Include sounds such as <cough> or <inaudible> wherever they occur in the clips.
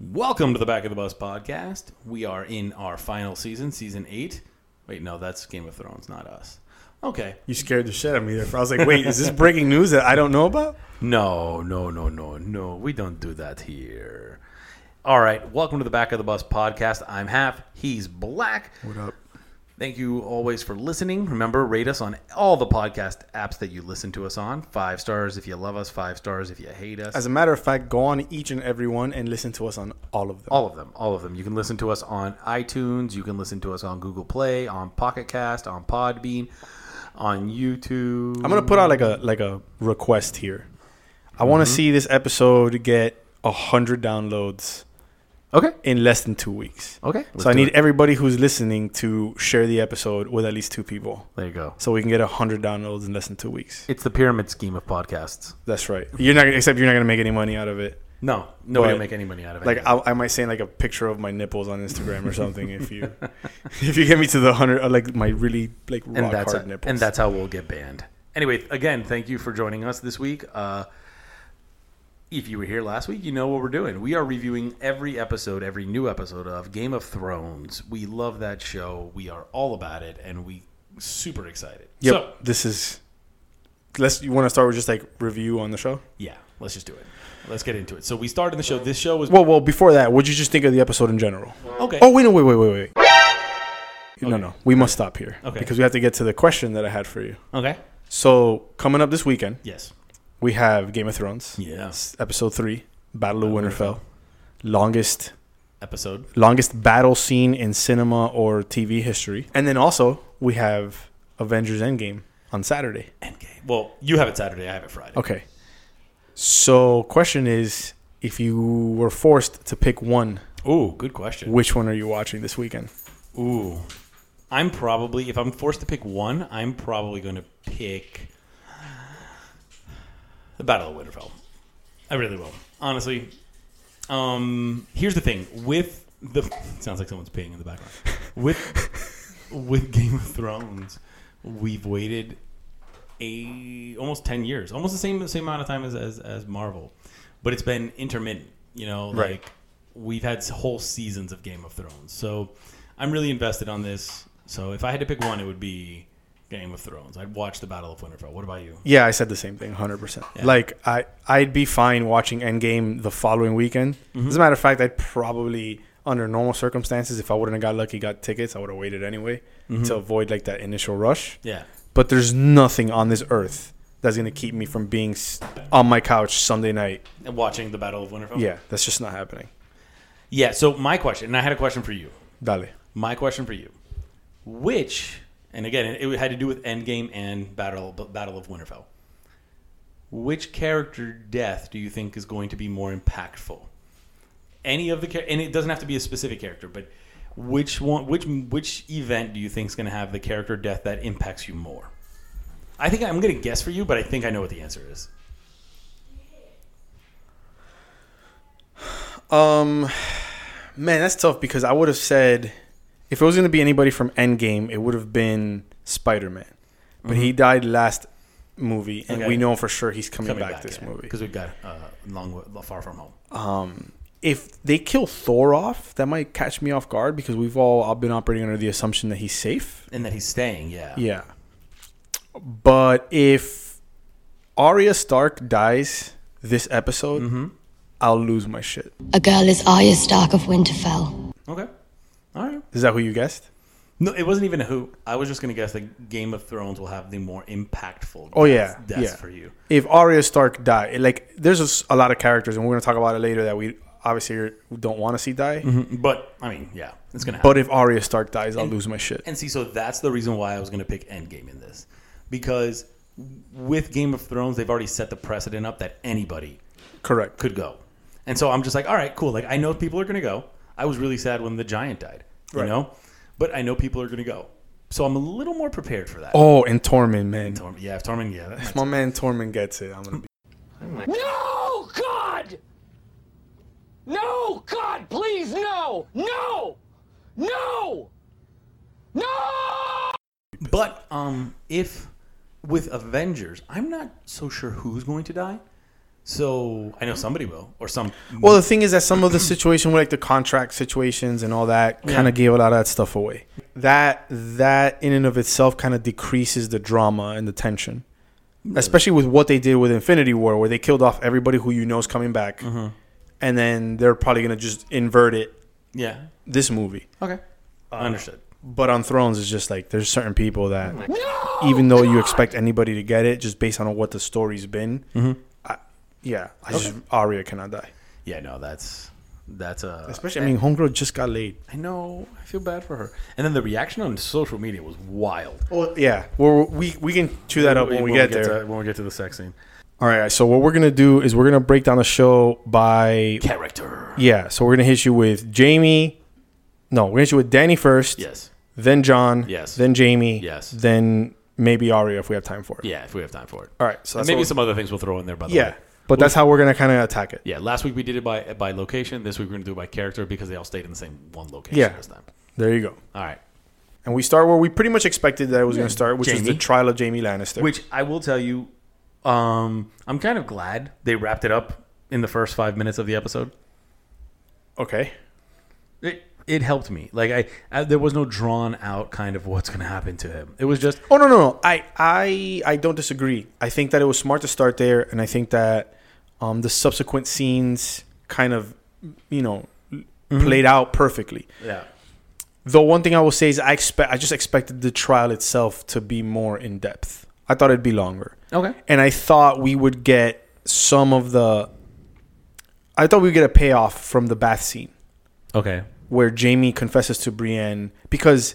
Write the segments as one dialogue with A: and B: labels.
A: Welcome to the Back of the Bus podcast. We are in our final season, season eight. Wait, no, that's Game of Thrones, not us. Okay.
B: You scared the shit out of me there. I was like, wait, is this breaking news that I don't know about?
A: No, no, no, no, no. We don't do that here. All right. Welcome to the Back of the Bus podcast. I'm Half. He's Black.
B: What up?
A: Thank you always for listening. Remember, rate us on all the podcast apps that you listen to us on. Five stars if you love us, five stars if you hate us.
B: As a matter of fact, go on each and every one and listen to us on all of them.
A: all of them, all of them. You can listen to us on iTunes. You can listen to us on Google Play, on Pocket Cast, on Podbean, on YouTube.
B: I'm gonna put out like a like a request here. I want to
A: Mm-hmm.
B: see this episode get a hundred downloads
A: okay,
B: in less than two weeks.
A: okay. Let's
B: so I
A: do
B: need
A: it.
B: everybody who's listening to share the episode with at least two people,
A: There you go.
B: so we can get a hundred downloads in less than two weeks.
A: It's the pyramid scheme of podcasts.
B: That's right. You're not except you're not gonna make any money out of it.
A: No, nobody
B: But,
A: will make any money out of it.
B: Like I, I might send like a picture of my nipples on Instagram or something if you <laughs> if you get me to the hundred uh, like my really like rock
A: and that's
B: hard
A: how,
B: nipples.
A: and that's how we'll get banned. Anyway, again, thank you for joining us this week. Uh, if you were here last week, you know what we're doing. We are reviewing every episode, every new episode of Game of Thrones. We love that show. We are all about it, and we super excited.
B: Yep.
A: So
B: this is. Let's. You want to start with just like review on the show?
A: yeah, let's just do it. Let's get into it. So we started the show. This show was
B: Well, well. Before that, what'd you just think of the episode in general?
A: okay.
B: Oh wait, no, wait, wait, wait, wait. No, no. We must stop here
A: Okay.
B: because we have to get to the question that I had for you.
A: Okay.
B: So coming up this weekend,
A: Yes.
B: we have Game of Thrones,
A: Yeah.
B: s- episode three, Battle of Winterfell, longest
A: Episode.
B: longest battle scene in cinema or TV history, and then also we have Avengers Endgame on Saturday.
A: Endgame. Well, you have it Saturday. I have it Friday.
B: Okay. So, question is if you were forced to pick one,
A: Ooh, good question.
B: which one are you watching this weekend?
A: Ooh. I'm probably, if I'm forced to pick one, I'm probably going to pick the Battle of Winterfell. I really will. Honestly, um, here's the thing with the <laughs> sounds like someone's peeing in the background. With with Game of Thrones, we've waited a almost ten years, almost the same same amount of time as as, as Marvel, but it's been intermittent. You know, like
B: Right.
A: we've had whole seasons of Game of Thrones. So I'm really invested on this. So if I had to pick one, it would be Game of Thrones. I'd watch the Battle of Winterfell. What about you?
B: Yeah, I said the same thing, 100%.
A: Yeah.
B: Like, I, I'd be fine watching Endgame the following weekend.
A: Mm-hmm.
B: As a matter of fact, I'd probably, under normal circumstances, if I wouldn't have got lucky, got tickets, I would have waited anyway
A: Mm-hmm.
B: to avoid like that initial rush.
A: Yeah.
B: But there's nothing on this earth that's going to keep me from being s- on my couch Sunday night.
A: And watching the Battle of Winterfell.
B: Yeah, that's just not happening.
A: Yeah. So my question, and I had a question for you.
B: Dale.
A: My question for you: Which, and again, it had to do with Endgame and Battle Battle of Winterfell. Which character death do you think is going to be more impactful? Any of the char- and it doesn't have to be a specific character, but which one, which which event do you think is going to have the character death that impacts you more? I think I'm going to guess for you, but I think I know what the answer is.
B: Um, man, that's tough because I would have said if it was going to be anybody from Endgame, it would have been Spider Man, but he died last movie, and
A: Okay.
B: we know for sure he's coming, back, this movie.
A: because we've got uh, long far from home.
B: Um, if they kill Thor off, that might catch me off guard because we've all I've been operating under the assumption that he's safe.
A: and that he's staying. Yeah.
B: Yeah, but if Arya Stark dies this episode, I'll lose my shit.
C: A girl is Arya Stark of Winterfell.
A: Okay. All right.
B: Is that who you guessed?
A: No, it wasn't even a who. I was just gonna guess that Game of Thrones will have the more impactful.
B: Oh yeah,
A: death- deaths,
B: yeah.
A: for you.
B: If Arya Stark died, like there's a, s- a lot of characters, and we're gonna talk about it later that we obviously are- don't want to see die.
A: Mm-hmm. But I mean, yeah, it's gonna happen.
B: But if Arya Stark dies, I'll lose my shit.
A: and see, so that's the reason why I was gonna pick Endgame in this, because with Game of Thrones, they've already set the precedent up that anybody
B: Correct.
A: could go, and so I'm just like, all right, cool. Like I know people are gonna go. I was really sad when the giant died, you
B: Right.
A: know, but I know people are gonna go, so I'm a little more prepared for that.
B: Oh, and Tormund, man,
A: Torm- yeah, if Tormund, yeah, that might
B: if my man Tormund gets it, I'm gonna be.
D: No, God! No, God, please, no! No! No! No!
A: But um, if with Avengers, I'm not so sure who's going to die, So I know somebody will, or some.
B: Well, the thing is that some of the situation with like the contract situations and all that kind
A: Yeah.
B: of gave a lot of that stuff away. That that in and of itself kind of decreases the drama and the tension, especially with what they did with Infinity War, where they killed off everybody who you know is coming back, and then they're probably gonna just invert it
A: yeah.
B: this movie.
A: Okay. Understood.
B: But on Thrones, it's just like there's certain people that
D: No!
B: even though you expect anybody to get it, just based on what the story's been, I, yeah, I just Arya cannot die.
A: Yeah. No, that's that's a.
B: Especially, I mean, Homegirl just got laid.
A: I know. I feel bad for her. And then the reaction on social media was wild.
B: Well, yeah. Well, we we can chew that up when, we get, there.
A: to, when we get to the sex scene.
B: All right. So what we're gonna do is we're gonna break down the show by
A: Character.
B: yeah. So we're gonna hit you with Jamie. No, we're gonna hit you with Danny first.
A: Yes.
B: Then John.
A: Yes.
B: Then Jamie.
A: Yes.
B: Then maybe Aria if we have time for it.
A: Yeah, if we have time for it.
B: All right. So
A: And
B: that's
A: maybe
B: what-
A: some other things we'll throw in there. By the
B: yeah.
A: way.
B: But that's how we're gonna kind of attack it.
A: Yeah. Last week we did it by by location. This week we're gonna do it by character because they all stayed in the same one location
B: Yeah.
A: this time.
B: There you go.
A: All right.
B: And we start where we pretty much expected that it was gonna start, which is the
A: Jamie.
B: trial of Jamie Lannister.
A: Which I will tell you, um, I'm kind of glad they wrapped it up in the first five minutes of the episode.
B: okay.
A: It it helped me. Like I, I there was no drawn out kind of what's going to happen to him. It was just
B: Oh no, no, no. I, I, I don't disagree. I think that it was smart to start there, and I think that um, the subsequent scenes kind of, you know, played out perfectly.
A: yeah.
B: Though one thing I will say is I expect, I just expected the trial itself to be more in depth. I thought it'd be longer,
A: Okay.
B: and I thought we would get some of the. I thought we would get a payoff from the bath scene
A: Okay.
B: where Jamie confesses to Brienne because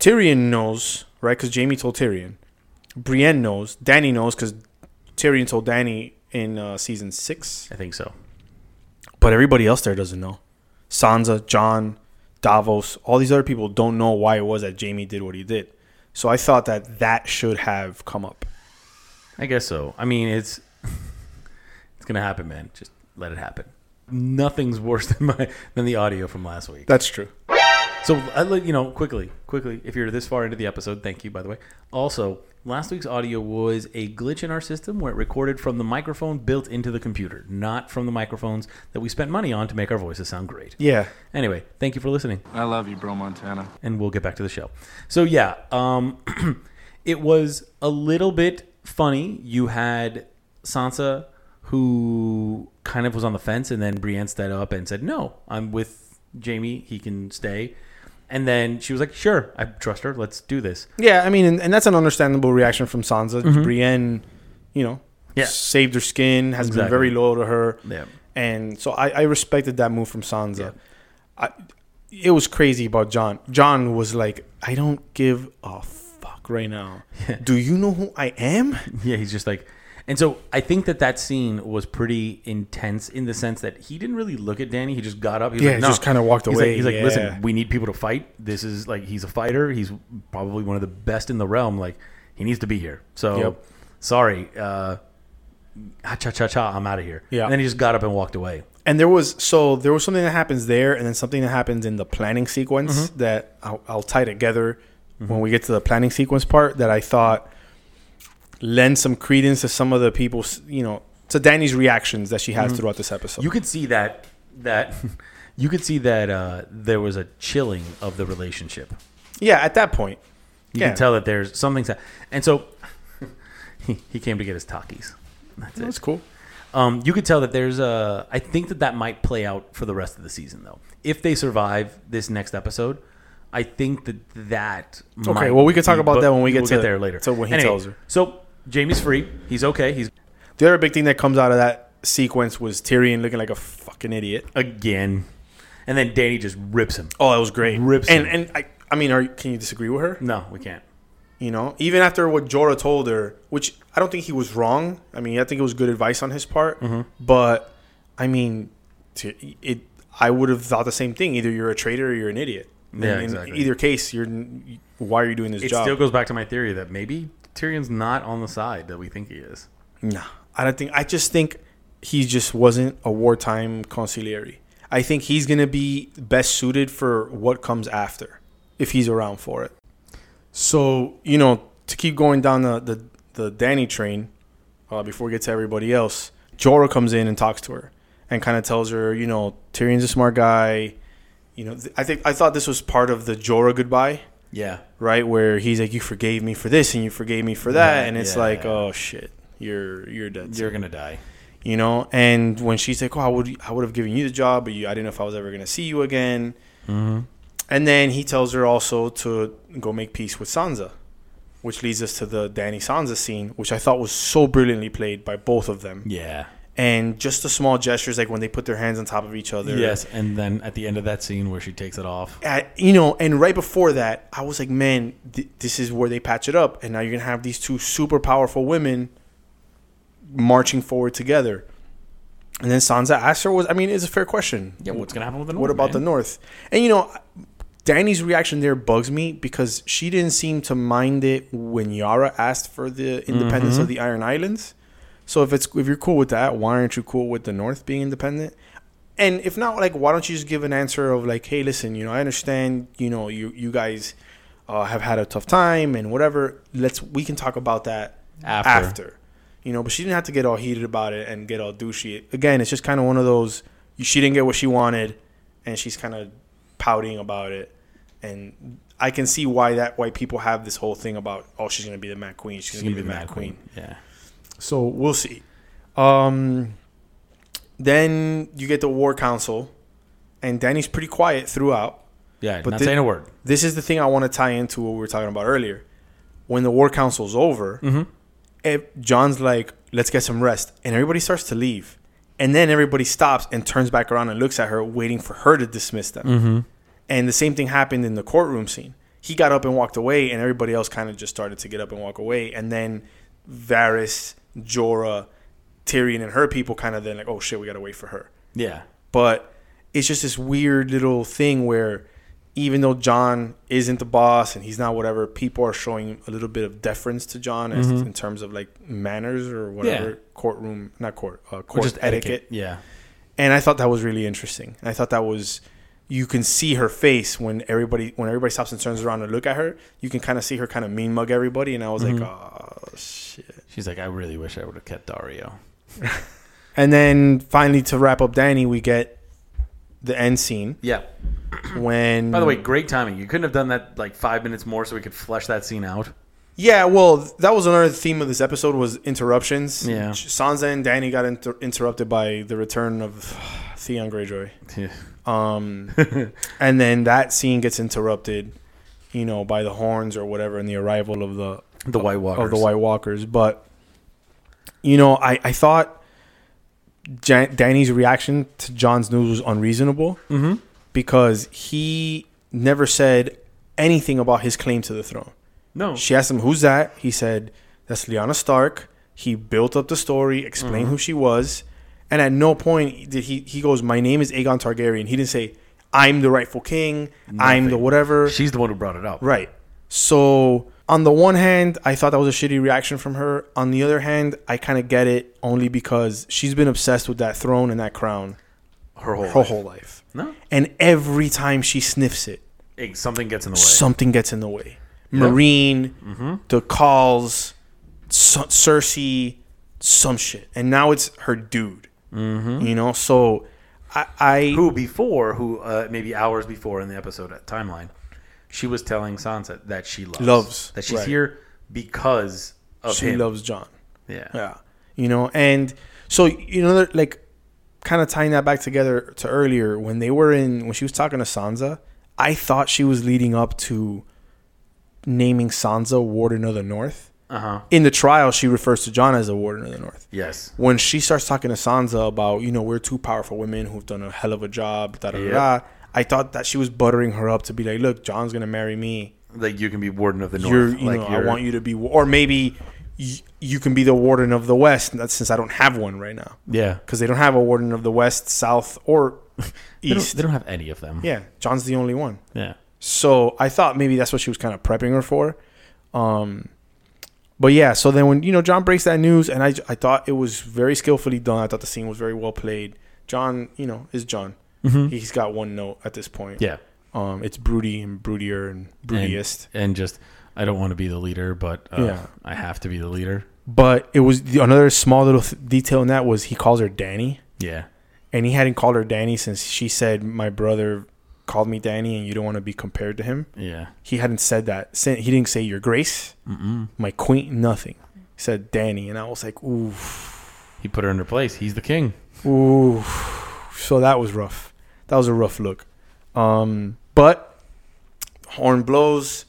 B: Tyrion knows, right? Because Jamie told Tyrion. Brienne knows. Danny knows because Tyrion told Danny in uh, season six.
A: I think so.
B: But everybody else there doesn't know. Sansa, John, Davos, all these other people don't know why it was that Jamie did what he did. So I thought that that should have come up.
A: I guess so. I mean, it's it's going to happen, man. Just let it happen. Nothing's worse <laughs> than my than the audio from last week.
B: That's true.
A: So I let you know quickly, quickly. If you're this far into the episode, thank you by the way. Also, last week's audio was a glitch in our system where it recorded from the microphone built into the computer, not from the microphones that we spent money on to make our voices sound great.
B: Yeah.
A: Anyway, thank you for listening,
E: I love you, bro, Montana.
A: and we'll get back to the show. So yeah, um, <clears throat> it was a little bit funny. You had Sansa who kind of was on the fence, and then Brienne stood up and said, "No, I'm with Jamie. He can stay." And then she was like, "Sure, I trust her. Let's do this."
B: Yeah, I mean, and, and that's an understandable reaction from Sansa. Brienne, you know,
A: Mm-hmm. Yeah.
B: saved her skin, has been
A: Exactly.
B: very loyal to her.
A: Yeah.
B: And so I, I respected that move from Sansa. I, it was crazy about John. John was like, I don't give a fuck
A: <laughs>
B: right now. Do you know who I am?
A: Yeah, he's just like, and so I think that that scene was pretty intense in the sense that he didn't really look at Danny. He just got up. He was
B: Yeah,
A: like,
B: he
A: no.
B: just kinda walked
A: he's
B: away,
A: Like, he's like,
B: yeah.
A: listen, we need people to fight. This is like he's a fighter. He's probably one of the best in the realm. Like he needs to be here. So
B: Yep.
A: sorry, uh, "Ah, cha cha cha. I'm out of here.
B: Yeah.
A: And then he just got up and walked away.
B: And there was so there was something that happens there, and then something that happens in the planning sequence
A: Mm-hmm.
B: that I'll, I'll tie together when we get to the planning sequence part. That I thought lends some credence to some of the people's, you know, to Danny's reactions that she has throughout this episode.
A: Mm-hmm. You could see that that <laughs> you could see that uh, there was a chilling of the relationship.
B: yeah, at that point,
A: You
B: Yeah.
A: can tell that there's something's hap- and so <laughs> he, he came to get his talkies. That's it.
B: that's cool.
A: Um, you could tell that there's a. I think that that might play out for the rest of the season, though. If they survive this next episode, I think that that. Okay,
B: well, we could talk about that when we get to-
A: there later.
B: to when he tells her.
A: So Jamie's free. He's okay. He's
B: The other big thing that comes out of that sequence was Tyrion looking like a fucking idiot.
A: again, and then Danny just rips him.
B: Oh, that was great.
A: Rips
B: and
A: him.
B: and I, I mean, are, can you disagree with her?
A: No, we can't.
B: You know, even after what Jorah told her, which I don't think he was wrong. I mean, I think it was good advice on his part.
A: Mm-hmm.
B: But I mean, t- it. I would have thought the same thing. Either you're a traitor or you're an idiot.
A: Yeah,
B: in,
A: exactly.
B: Either case, you're. n- Why are you doing this
A: It
B: job?
A: still goes back to my theory that maybe Tyrion's not on the side that we think he is.
B: Nah, I don't think. I just think he just wasn't a wartime conciliary. I think he's gonna be best suited for what comes after, if he's around for it. So you know, to keep going down the the, the Danny train, uh, before we get to everybody else, Jorah comes in and talks to her and kind of tells her, you know, Tyrion's a smart guy. You know, th- I think I thought this was part of the Jorah goodbye,
A: Yeah.
B: right? Where he's like, you forgave me for this and you forgave me for that,
A: Yeah,
B: and it's
A: yeah.
B: like, oh shit, you're you're dead.
A: You're gonna die.
B: you know and when she's like oh i would i would have given you the job but you, i didn't know if i was ever going to see you again
A: Mm-hmm.
B: and then he tells her also to go make peace with sansa which leads us to the danny sansa scene which i thought was so brilliantly played by both of them
A: Yeah.
B: and just the small gestures like when they put their hands on top of each other
A: Yes, and then at the end of that scene where she takes it off.
B: at, you know, and right before that, I was like, man, th- this is where they patch it up, and now you're gonna have these two super powerful women marching forward together. And then Sansa asked her, "Was I mean, it's a fair question.
A: Yeah, what's gonna happen with the
B: What
A: North,
B: about the
A: man?
B: North?" And you know, Danny's reaction there bugs me because she didn't seem to mind it when Yara asked for the independence
A: Mm-hmm.
B: of the Iron Islands. So if it's if you're cool with that, why aren't you cool with the North being independent? And if not, like, why don't you just give an answer of like, hey, listen, you know, I understand, you know, you you guys uh, have had a tough time and whatever. Let's we can talk about that
A: After.
B: after. you know. But she didn't have to get all heated about it and get all douchey. Again, it's just kind of one of those. She didn't get what she wanted, and she's kind of pouting about it. And I can see why that why people have this whole thing about oh, she's gonna be the Mad Queen. She's, gonna, be the Mad Queen.
A: Yeah.
B: So we'll see. Um, then you get the War Council, and Danny's pretty quiet throughout.
A: Yeah,
B: But
A: not
B: the-
A: saying a word.
B: This is the thing I want to tie into what we were talking about earlier. When the War Council's over, ev- John's like, "Let's get some rest," and everybody starts to leave. And then everybody stops and turns back around and looks at her, waiting for her to dismiss them. And the same thing happened in the courtroom scene. He got up and walked away, and everybody else kind of just started to get up and walk away. And then Varys, Jorah, Tyrion, and her people kind of then like, oh shit, we gotta wait for her.
A: Yeah.
B: But it's just this weird little thing where even though John isn't the boss and he's not whatever, people are showing a little bit of deference to John as,
A: Mm-hmm.
B: in terms of like manners or whatever courtroom, not court, uh, court
A: Just etiquette.
B: etiquette.
A: Yeah.
B: and I thought that was really interesting. And I thought that was you can see her face when everybody when everybody stops and turns around to look at her. You can kind of see her kind of mean mug everybody, and I was
A: Mm-hmm.
B: like, oh shit.
A: She's like, I really wish I would have kept Dario.
B: And then finally to wrap up, Danny, we get the end scene
A: Yeah.
B: when.
A: By the way, great timing. You couldn't have done that like five minutes more so we could flesh that scene <laughs> out.
B: yeah, well, that was another theme of this episode was interruptions.
A: Yeah.
B: Sansa and Danny got inter- interrupted by the return of <sighs> Theon Greyjoy. Um, and then that scene gets interrupted, you know, by the horns or whatever, and the arrival of the
A: Oh, the White Walkers.
B: of the White Walkers. But you know, I I thought Jan- Danny's reaction to John's news was unreasonable because he never said anything about his claim to the throne.
A: No.
B: She asked him, "Who's that?" He said, "That's Lyanna Stark." He built up the story, explained who she was, and at no point did he he goes, "My name is Aegon Targaryen." He didn't say, "I'm the rightful king." I'm the
A: Nothing.
B: whatever.
A: She's the one who brought it up.
B: Right. So on the one hand, I thought that was a shitty reaction from her. On the other hand, I kind of get it only because she's been obsessed with that throne and that crown
A: Her whole.
B: her
A: life.
B: whole life.
A: No.
B: And every time she sniffs it,
A: Hey, something gets in the way.
B: something gets in the way. Marine,
A: Mm-hmm.
B: the calls, Cer- Cersei, some shit. And now it's her dude. You know, so I, I
A: Mm-hmm. who before, who uh, maybe hours before in the episode at timeline, she was telling Sansa that she loves,
B: Loves,
A: that she's
B: right.
A: here because of
B: she
A: him.
B: loves John.
A: yeah.
B: Yeah. You know, and so you know that, like kind of tying that back together to earlier when they were in when she was talking to Sansa, I thought she was leading up to naming Sansa Warden of the North.
A: Uh huh.
B: In the trial, she refers to John as the Warden of the North.
A: Yes.
B: When she starts talking to Sansa about, you know, we're two powerful women who've done a hell of a job, da da da,
A: Yep.
B: da, I thought that she was buttering her up to be like, look, John's gonna marry me
A: Like you can be warden of the north.
B: you're, you
A: like
B: know, I want you to be, or maybe you, you can be the warden of the West. and that's since I don't have one right now,
A: Yeah.
B: because they don't have a warden of the West, South, or
A: <laughs> They don't,
B: East.
A: they don't have any of them.
B: yeah, John's the only one.
A: Yeah.
B: So I thought maybe that's what she was kind of prepping her for. Um, but yeah, so then when you know John breaks that news, and I I thought it was very skillfully done. I thought the scene was very well played. John, you know, is John. He's got one note at this point.
A: Yeah.
B: Um, it's broody and broodier and
A: And-
B: broodiest.
A: And, just, I don't want to be the leader, but uh,
B: Yeah.
A: I have to be the leader.
B: But it was the, another small little th- detail in that was he calls her Danny,
A: Yeah.
B: and he hadn't called her Danny since she said my brother called me Danny, and you don't want to be compared to him.
A: Yeah.
B: He hadn't said that. Sin- He didn't say your grace, my queen, nothing. He said Danny, and I was like, ooh,
A: He put her in her place. He's the king.
B: ooh. So that was rough. That was a rough look. Um, but horn blows.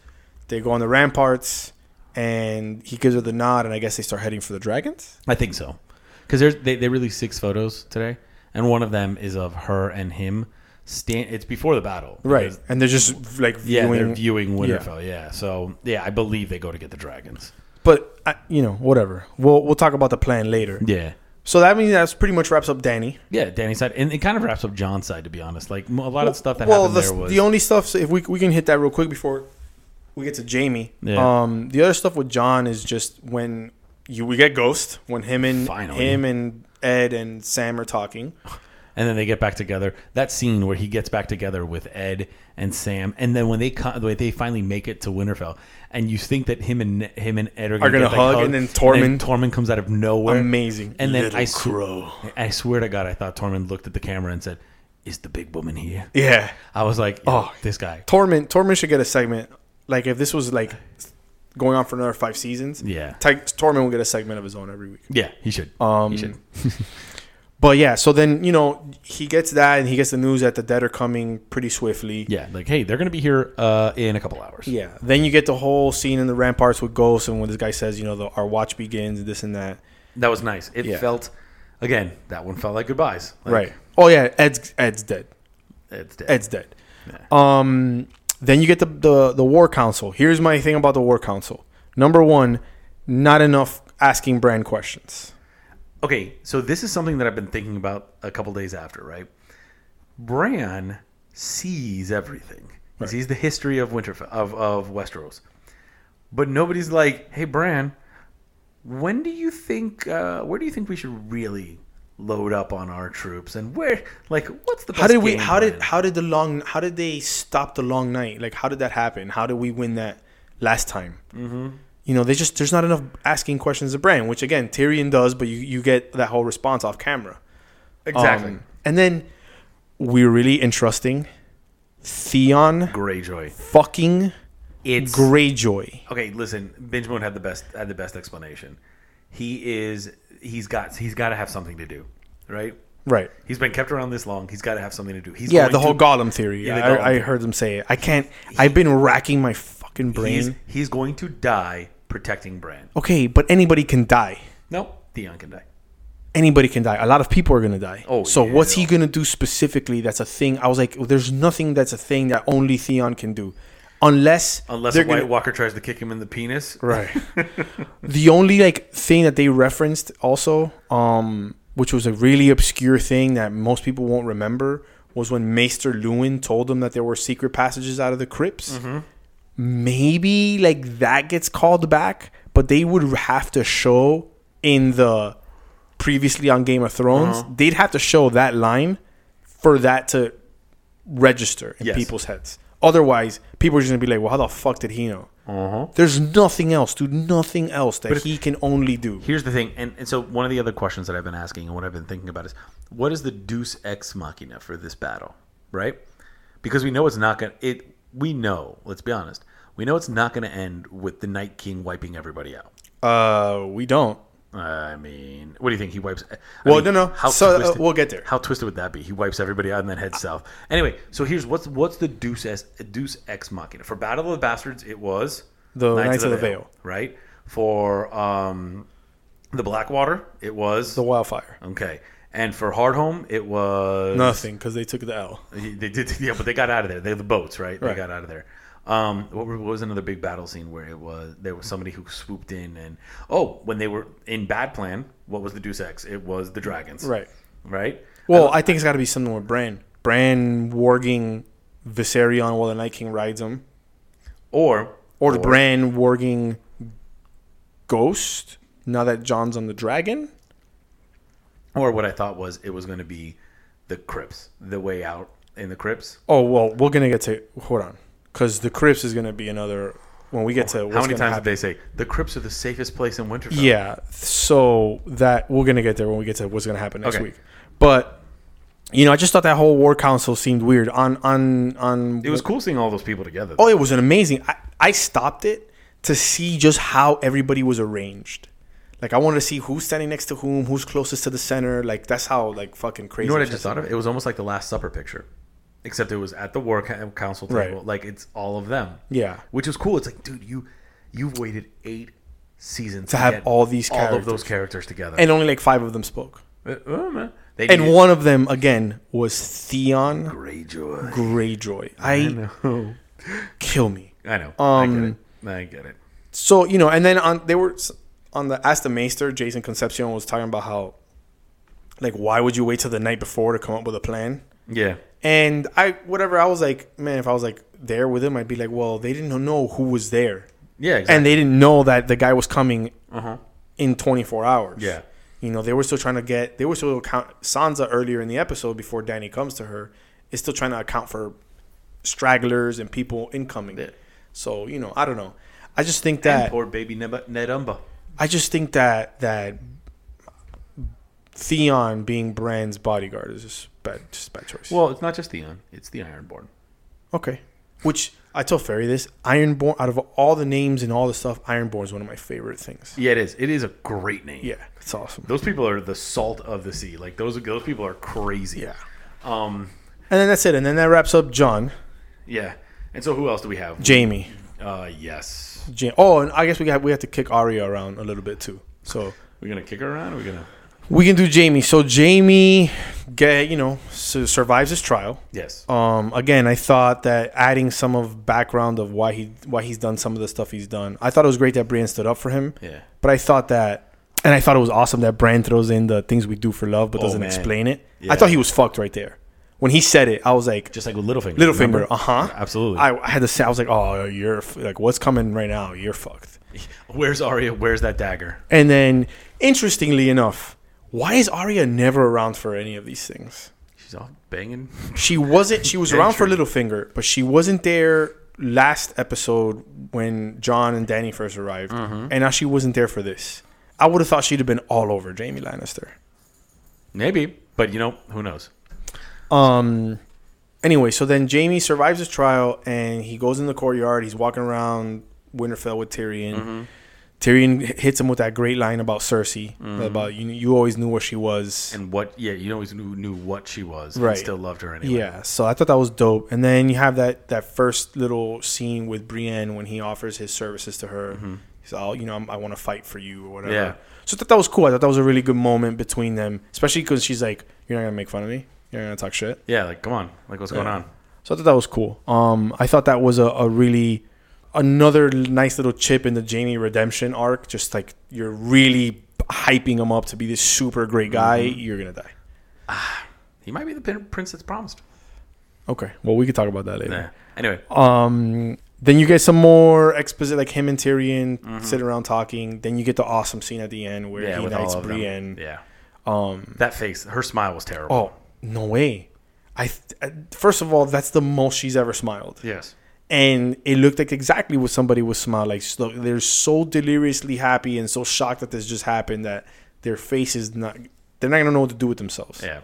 B: They go on the ramparts, and he gives her the nod, and I guess they start heading for the dragons.
A: I think so. Because there's they, they released six photos today, and one of them is of her and him. Stand. It's before the battle,
B: Right.
A: because-
B: And they're just like
A: Yeah,
B: viewing.
A: they're viewing Winterfell. Yeah. So yeah, I believe they go to get the dragons.
B: but I, you know, whatever. We'll we'll talk about the plan later.
A: Yeah.
B: So that means that's pretty much wraps up Danny.
A: Yeah, Danny's side, and it kind of wraps up John's side, to be honest. Like mo- a lot of the stuff that happened
B: the,
A: there was
B: the only stuff so if we we can hit that real quick before we get to Jamie.
A: Yeah.
B: Um the other stuff with John is just when you we get Ghost when him and
A: Finally.
B: him and Ed and Sam are talking.
A: and then they get back together. That scene where he gets back together with Ed and Sam, and then when they co- when they finally make it to Winterfell, and you think that him and him and Ed are going to
B: gonna hug, and then Tormund-
A: Tormund comes out of nowhere,
B: Amazing.
A: And then
B: Little
A: I sw-
B: crow.
A: I swear to God, I thought Tormund looked at the camera and said, "Is the big woman here?"
B: Yeah.
A: I was like, "Oh,
B: Oh.
A: this guy."
B: Torment Torment should get a segment. Like if this was like going on for another five seasons,
A: Yeah.
B: Ty- Torment will get a segment of his own every week.
A: Yeah, he should. Um, he should.
B: But yeah, so then you know he gets that, and he gets the news that the dead are coming pretty swiftly.
A: Yeah, like hey, they're going to be here uh, in a couple hours.
B: Yeah. Then you get the whole scene in the ramparts with ghosts, and when this guy says, you know, the, our watch begins, this and that.
A: That was nice. It
B: Yeah.
A: felt, again, that one felt like goodbyes. Like,
B: right. Oh yeah, Ed's Ed's dead.
A: It's dead.
B: Ed's dead. Um. Then you get the, the the war council. Here's my thing about the war council. Number one, not enough asking brand questions.
A: Okay, so this is something that I've been thinking about a couple days after, right? Bran sees everything. He sees the history of Winterfell of, of Westeros. But nobody's like, "Hey Bran, when do you think uh, where do you think we should really load up on our troops and where like what's the best
B: How did we?
A: game
B: How did
A: plan?"
B: how did the long? How did they stop the long night? Like how did that happen? How did we win that last time? Mm-hmm. You know, they just there's not enough asking questions of Bran, which again Tyrion does, but you you get that whole response off camera.
A: Exactly.
B: Um, and then we're really interesting. Theon
A: Greyjoy.
B: fucking
A: It's
B: Greyjoy.
A: okay listen benjamin had the best had the best explanation he is he's got he's got to have something to do right
B: Right.
A: he's been kept around this long he's got to have something to do he's
B: Yeah,
A: going
B: the whole
A: to,
B: Gollum theory.
A: Yeah, the
B: I-
A: Gollum
B: I,
A: theory.
B: heard them say it. I can't. I've been racking my fucking
A: he's,
B: brain.
A: he's going to die protecting bran
B: Okay, but anybody can die.
A: nope theon can die
B: anybody can die. A lot of people are gonna die.
A: Oh,
B: so
A: yeah.
B: what's he gonna do specifically? That's a thing. I was like, there's nothing that's a thing that only Theon can do, unless
A: unless
B: they're
A: a white
B: gonna-
A: walker tries to kick him in the penis
B: right. <laughs> the only like thing that they referenced also, um, which was a really obscure thing that most people won't remember, was when Maester Lewin told them that there were secret passages out of the crypts. Maybe like that gets called back, but they would have to show in the previously on Game of Thrones,
A: Uh-huh.
B: they'd have to show that line for that to register in
A: Yes.
B: people's heads. Otherwise, people are just gonna be like, "Well, how the fuck did he know?"
A: Uh-huh.
B: There's nothing else, dude. Nothing else that he can only do.
A: here's the thing and, and so one of the other questions that i've been asking and what i've been thinking about is what is the deus ex machina for this battle right because we know it's not gonna it we know let's be honest we know it's not gonna end with the night king wiping everybody out
B: Uh, we don't.
A: I mean, what do you think he wipes? I
B: Well,
A: mean,
B: no, no. So, uh, we'll get there.
A: How twisted would that be? He wipes everybody out and then heads south. Anyway, so here's what's what's the Deuce S, Deuce Ex Machina for Battle of the Bastards? It was
B: The Knights of the Vale.
A: right? For um, the Blackwater, it was
B: The wildfire.
A: okay, and for Hardhome, it was
B: Nothing, because they took the L.
A: They did, <laughs> yeah, but they got out of there. They're the boats, right? They
B: Right.
A: got out of there. Um, what were- what was another big battle scene where it was there was somebody who swooped in and oh, when they were in Bad Plan, what was the Deus Ex? It was the dragons,
B: Right.
A: Right.
B: Well,
A: uh,
B: I think it's got to be something with Bran. Bran warging Viserion while the Night King rides him,
A: Or
B: or, Bran warging Ghost. Now that John's on the dragon,
A: or what I thought was it was going to be the Crips, the way out in the Crips.
B: Oh well, we're gonna get to hold on, because the Crips is gonna be another when we get to what's
A: How many
B: gonna
A: times
B: happen.
A: did they say the crypts are the safest place in Winterfell?
B: Yeah. So that we're gonna get there when we get to what's gonna happen next
A: Okay.
B: week. But you know, I just thought that whole war council seemed weird. On on on.
A: it was cool seeing all those people together.
B: Oh, it was an amazing. I, I stopped it to see just how everybody was arranged. Like I wanted to see who's standing next to whom, who's closest to the center. Like that's how like fucking crazy.
A: you know what I
B: shit
A: just thought of? It was almost like the Last Supper picture, except it was at the War Ca- Council table.
B: Right.
A: Like it's all of them.
B: Yeah.
A: which is cool. It's like, dude, you you've waited eight seasons
B: To have all these
A: all of those characters together.
B: and only like five of them spoke.
A: Uh, oh, man. They
B: And
A: needed
B: one of them again was Theon
A: Greyjoy.
B: Greyjoy. I, <laughs>
A: know.
B: kill me.
A: I know.
B: Oh. Um,
A: I get it. I get it.
B: So you know, and then on they were on the Ask the Maester. Jason Concepcion was talking about how, like, why would you wait till the night before to come up with a plan?
A: Yeah.
B: And I, whatever, I was like, man, if I was like there with him, I'd be like, well, they didn't know who was there,
A: Yeah. Exactly. Uh-huh.
B: and they didn't know that the guy was coming in 24 hours.
A: Yeah.
B: you know, they were still trying to get, they were still account Sansa earlier in the episode before Danny comes to her is still trying to account for stragglers and people incoming. So you know, I don't know. I just think that
F: Poor baby Neb- Ned Umba.
B: I just think that that Theon being Bran's bodyguard is just bad, just bad choice.
A: well, it's not just Theon. It's the Ironborn.
B: okay. Which I told Ferry this Ironborn. Out of all the names and all the stuff, Ironborn is one of my favorite things.
A: Yeah, it is. It is a great name.
B: Yeah, it's awesome.
A: Those people are the salt of the sea. Like those. Those people are crazy.
B: Yeah.
A: Um.
B: And then that's it. And then that wraps up John,
A: Yeah. And so who else do we have?
B: Jamie.
A: Uh. Yes.
B: Ja- oh, and I guess we got we have to kick Arya around a little bit too. So
A: We're gonna kick her around. We're gonna.
B: we can do Jamie. So Jamie, get you know, su- survives his trial.
A: Yes.
B: Um, again, I thought that adding some of background of why he why he's done some of the stuff he's done. I thought it was great that Brian stood up for him.
A: Yeah.
B: But I thought that, and I thought it was awesome that Bran throws in the things we do for love, but
A: Oh,
B: doesn't
A: man.
B: explain it.
A: Yeah.
B: I thought he was fucked right there when he said it. I was like,
F: Just like with Littlefinger.
B: Littlefinger,
F: remember?
B: uh huh,
F: Absolutely.
B: I, I had to say, I was like, oh, you're f- like, what's coming right now? You're fucked.
A: <laughs> Where's Arya? Where's that dagger?
B: And then, interestingly enough, why is Arya never around for any of these things?
A: She's all banging.
B: She wasn't. She was around for
A: true.
B: Littlefinger, but she wasn't there last episode when John and Danny first arrived,
F: Mm-hmm.
B: and now she wasn't there for this. I would have thought she'd have been all over Jamie Lannister.
A: Maybe. But you know who knows.
B: Um. Anyway, so then Jamie survives his trial and he goes in the courtyard. He's walking around Winterfell with Tyrion. Tyrion h- hits him with that great line about Cersei, about you. You always knew where she was.
A: And what? Yeah. You always knew, knew what she was.
B: Right.
A: And still loved her anyway.
B: Yeah, so I thought that was dope. And then you have that that first little scene with Brienne when he offers his services to her. He's all, you know, I'm, I want to fight for you or whatever.
A: Yeah.
B: So I thought that was cool. I thought that was a really good moment between them, especially because she's like, "You're not gonna make fun of me. You're not gonna talk shit."
A: Yeah. Like come on. Like what's going on?
B: So I thought that was cool. Um, I thought that was a, a really another nice little chip in the Jamie redemption arc. Just like you're really hyping him up to be this super great guy. You're gonna die.
A: He might be the pin- prince that's promised.
B: Okay. Well, we could talk about that later.
A: Yeah. Anyway.
B: Um, then you get some more exposit, like him and Tyrion sit around talking. Then you get the awesome scene at the end where
A: Mm-hmm. yeah.
B: he
A: With
B: knights
A: all of
B: Brienne.
A: them. Yeah. Um. That face. Her smile was terrible.
B: Oh no way! I th- uh, first of all, that's the most she's ever smiled,
A: Yes.
B: and it looked like exactly what somebody would smile like. So they're so deliriously happy and so shocked that this just happened that their face is not. They're not gonna know what to do with themselves.
A: Yeah.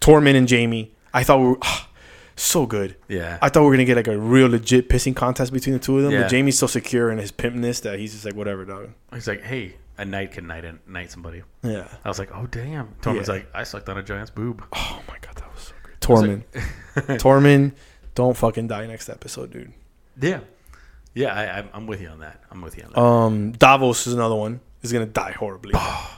B: Tormund and Jamie. I thought we were ah, so good.
A: Yeah.
B: I thought we were gonna get like a real legit pissing contest between the two of them.
A: Yeah.
B: But Jamie's so secure in his pimpness that he's just like, whatever, dog.
A: He's like, hey, a knight can knight a knight somebody.
B: Yeah.
A: I was like, oh damn. Tormund's
B: Yeah.
A: like, I sucked on a giant's
B: <laughs>
A: boob.
B: Oh my god, that was so good. Tormund.
A: <laughs>
B: Tormund, don't fucking die next episode, dude.
A: Yeah. Yeah, I, I'm, I'm with you on that. I'm with you on that.
B: Um, Davos is another one. Is gonna die
A: <sighs>
B: horribly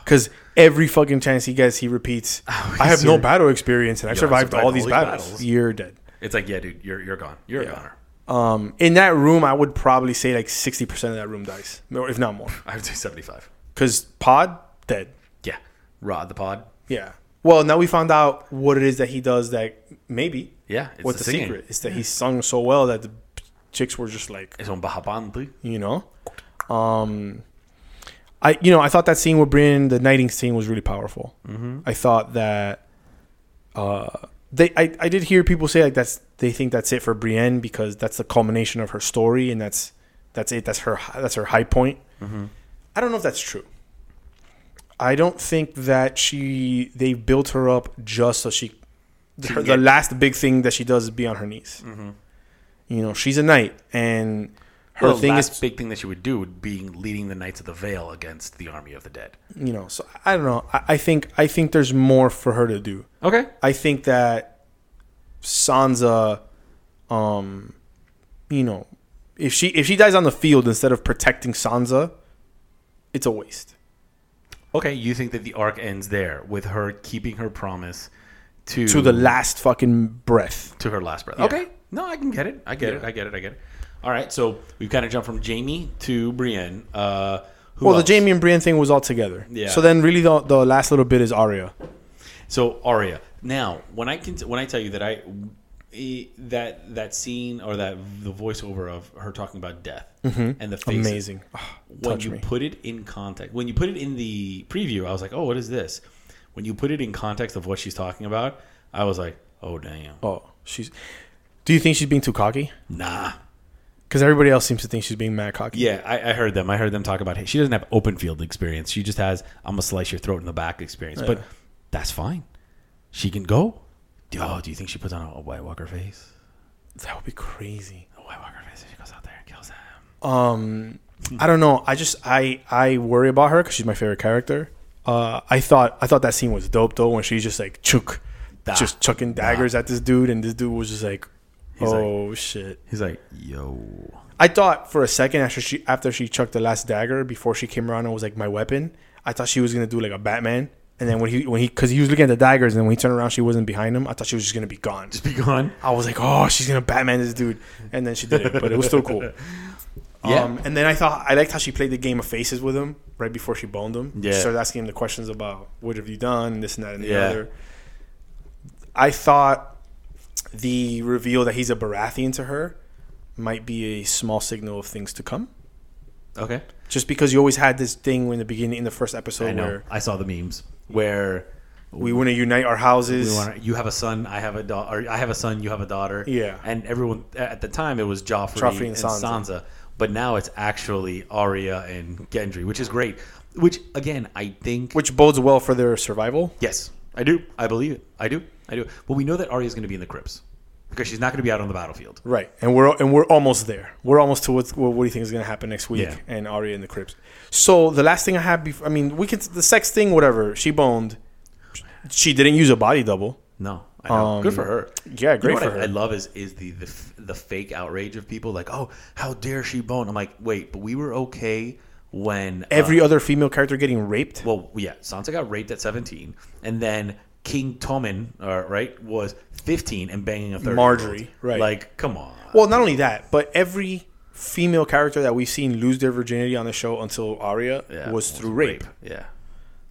B: because every fucking chance he gets, he repeats.
A: Oh,
B: I have no
A: survived-
B: battle experience, and I survived,
A: survived
B: all these
A: all these
B: battles.
A: battles.
B: You're dead.
A: it's like, yeah, dude, you're you're gone. You're a goner.
B: Um, in that room, I would probably say like sixty percent of that room dies, or if not more.
A: I would say 75.
B: Because Pod dead.
A: Yeah. Rod the pod.
B: Yeah. Well, now we found out what it is that he does that maybe.
A: Yeah, it's
B: What's
A: the
B: the,
A: singing.
B: secret? It's that he sung so well that the chicks were just like,
A: It's on Bahabanti.
B: you know. Um I you know, I thought that scene with Brian, the knighting scene was really powerful. I thought that uh they I, I did hear people say like that's they think that's it for Brienne because that's the culmination of her story and that's that's it that's her hi- that's her high point. I don't know if that's true. I don't think that she they built her up just so she her, the last big thing that she does is be on her knees. You know, she's a knight and her
A: Well, the
B: thing
A: last
B: is
A: big thing that she would do would be leading the Knights of the Vale against the Army of the Dead.
B: you know. So I don't know. I, I think I think there's more for her to do.
A: Okay.
B: I think that Sansa, um, you know, if she if she dies on the field instead of protecting Sansa, it's a waste.
A: Okay, you think that the arc ends there with her keeping her promise to
B: To the last fucking breath.
A: to her last breath. Okay. No, I can get it. I get it. I get it. I get it. All right. So we've kind of jumped from Jamie to Brienne. Uh, who
B: Well,
A: else?
B: the Jamie and Brienne thing was all together.
A: Yeah.
B: So then, really, the, the last little bit is Arya.
A: So Arya. Now, when I can, when I tell you that I e- that that scene or that the voiceover of her talking about death and the faces,
B: Mm-hmm. Amazing. Ah,
A: when
B: touch
A: you
B: me.
A: put it in context, when you put it in the preview, I was like, "Oh, what is this?" When you put it in context of what she's talking about, I was like, "Oh, damn,
B: Oh, she's. Do you think she's being too cocky?
A: nah."
B: Because everybody else seems to think she's being mad cocky.
A: Yeah, I, I heard them. I heard them talk about. Hey, she doesn't have open field experience. She just has "I'm gonna slice your throat in the back" experience. But that's fine. She can go. Oh, do you think she puts on a, a White Walker face?
B: That would be crazy.
A: A White Walker face. She goes out there and kills him.
B: um i don't know i just i i worry about her because she's my favorite character uh i thought i thought that scene was dope though when she's just like chook
A: Da.
B: just chucking daggers at this dude and this dude was just like
A: like-
B: oh shit
A: He's like, "Yo, <laughs>
B: i thought for a second after she after she chucked the last dagger before she came around and was like my weapon i thought she was gonna do like a batman and then when he when he because he was looking at the daggers and when he turned around she wasn't behind him i thought she was just gonna be gone
A: just be gone."
B: I was like, oh, she's gonna Batman this dude, and then she did it, but it was still cool.
A: <laughs> Yeah.
B: Um, and then I thought I liked how she played the game of faces with him right before she boned him.
A: Yeah.
B: She started asking him the questions about what have you done, this and that and the
A: Yeah.
B: other. I thought the reveal that he's a Baratheon to her might be a small signal of things to come.
A: Okay.
B: Just because you always had this thing in the beginning in the first episode
A: I know.
B: where
A: I saw the memes where
B: we want to unite our houses.
A: we wanna, you have a son, I have a daughter, I have a son, you have a daughter.
B: Yeah.
A: And everyone at the time it was Joffrey,
B: Joffrey
A: and,
B: and Sansa.
A: Sansa. but now it's actually Arya and Gendry, which is great. Which again, I think.
B: which bodes well for their survival.
A: yes, I do. I believe it. I do. I do. But we know that Arya's going to be in the crypts because she's not going to be out on the battlefield.
B: Right, and we're and we're almost there. We're almost to what's, what, what do you think is going to happen next week?
A: Yeah.
B: And Arya in the crypts. So the last thing I had, before, I mean, we could the sex thing, whatever. She boned. She didn't use a body double.
A: No, I know. good for her.
B: Um, yeah,
A: you
B: great
A: know
B: for
A: what I,
B: her.
A: I love is is the, the f- the fake outrage of people like, oh, how dare she bone? I'm like, wait, but we were okay when uh,
B: Every other female character getting raped.
A: Well, yeah, Sansa got raped at 17, and then King Tommen, uh, right, was 15 and banging a 30.
B: Marjorie, right.
A: Like, come on.
B: Well, not only that, but every female character that we've seen lose their virginity on the show until Arya
A: Yeah,
B: was through rape.
A: Yeah.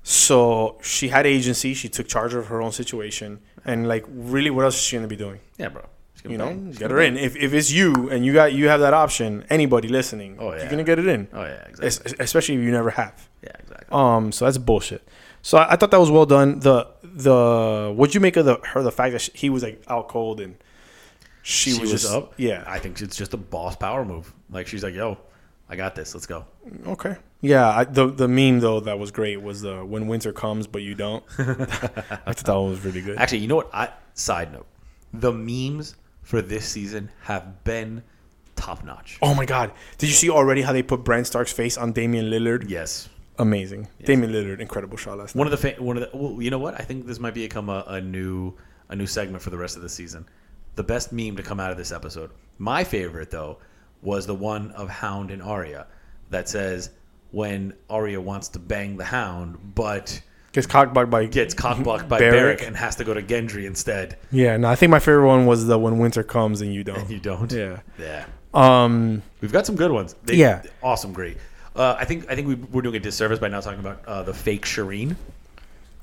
B: So she had agency. She took charge of her own situation, and like, really, what else is she going to be doing?
A: Yeah, bro. She's gonna
B: You know,
A: bang. She's
B: get
A: gonna
B: her in.
A: bang.
B: If, if it's you and you got you have that option, anybody listening,
A: Oh, yeah.
B: you're gonna get it in.
A: Oh, yeah, exactly.
B: Es- especially if you never have.
A: yeah, exactly.
B: Um, so that's bullshit. So I, I thought that was well done. The the what'd you make of the her the fact that she, he was like out cold and she, was, just up? Yeah.
A: I think it's just a boss power move. Like, she's like, yo, I got this. Let's go.
B: okay. Yeah. I, the the meme though that was great was the when winter comes but you
A: <laughs>
B: don't. I thought that one was really good.
A: Actually, you know what? I Side note the memes for this season have been top notch.
B: Oh my god! Did you see already how they put Bran Stark's face on Damian Lillard?
A: Yes.
B: Amazing. Damian Lillard, incredible shot last night.
A: One of the fa- one of the well, you know what? I think this might become a, a new a new segment for the rest of the season. The best meme to come out of this episode. My favorite though was the one of Hound and Arya that says when Arya wants to bang the Hound, but
B: Gets cockblocked by
A: gets cockblocked <laughs> by
B: Beric.
A: Beric. and has to go to Gendry instead.
B: Yeah, no, I think my favorite one was the when winter comes and you don't.
A: You don't.
B: Yeah.
A: Yeah.
B: Um,
A: We've got some good ones. They,
B: Yeah.
A: Awesome. Great. Uh, I think I think we, we're doing a disservice by not talking about uh, the fake Shireen.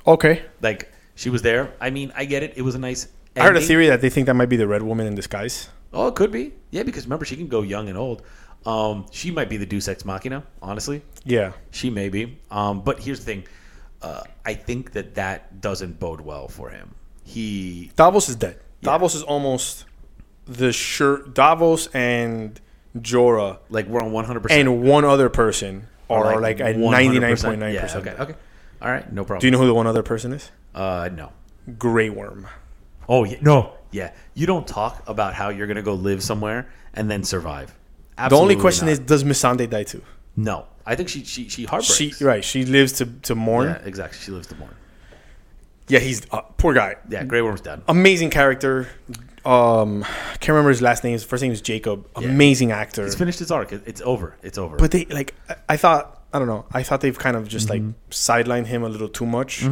B: okay.
A: Like she was there. I mean, I get it. It was a nice.
B: I heard a
A: ending.
B: theory that they think that might be the red woman in disguise.
A: Oh, it could be. Yeah, because remember she can go young and old. Um, she might be the Deus Ex Machina. Honestly,
B: Yeah.
A: she may be. Um, but here's the thing. Uh, I think that that doesn't bode well for him. He
B: Davos is dead. Davos is almost the sure. Davos and Jorah
A: like we're on one hundred percent
B: and one other person are like, at ninety nine point nine
A: Yeah,
B: percent.
A: okay, okay, all right, no problem.
B: Do you know who the one other person is?
A: Uh, no.
B: Grey Worm.
A: Oh yeah, no, yeah. You don't talk about how you're gonna go live somewhere and then survive.
B: The only
A: Absolutely
B: question
A: not.
B: is, does Missandei die too?
A: no. I think she she she heartbreaks.
B: She right. She lives to to mourn.
A: yeah,
B: Yeah,
A: exactly. She lives to mourn.
B: he's uh, poor guy.
A: Yeah, Grey Worm's dead.
B: Amazing character. Um, can't remember his last name. His first name is Jacob. Amazing actor.
A: It's finished its arc. It- It's over. It's over.
B: but they like I, I thought I don't know. I thought they've kind of just like sidelined him a little too much.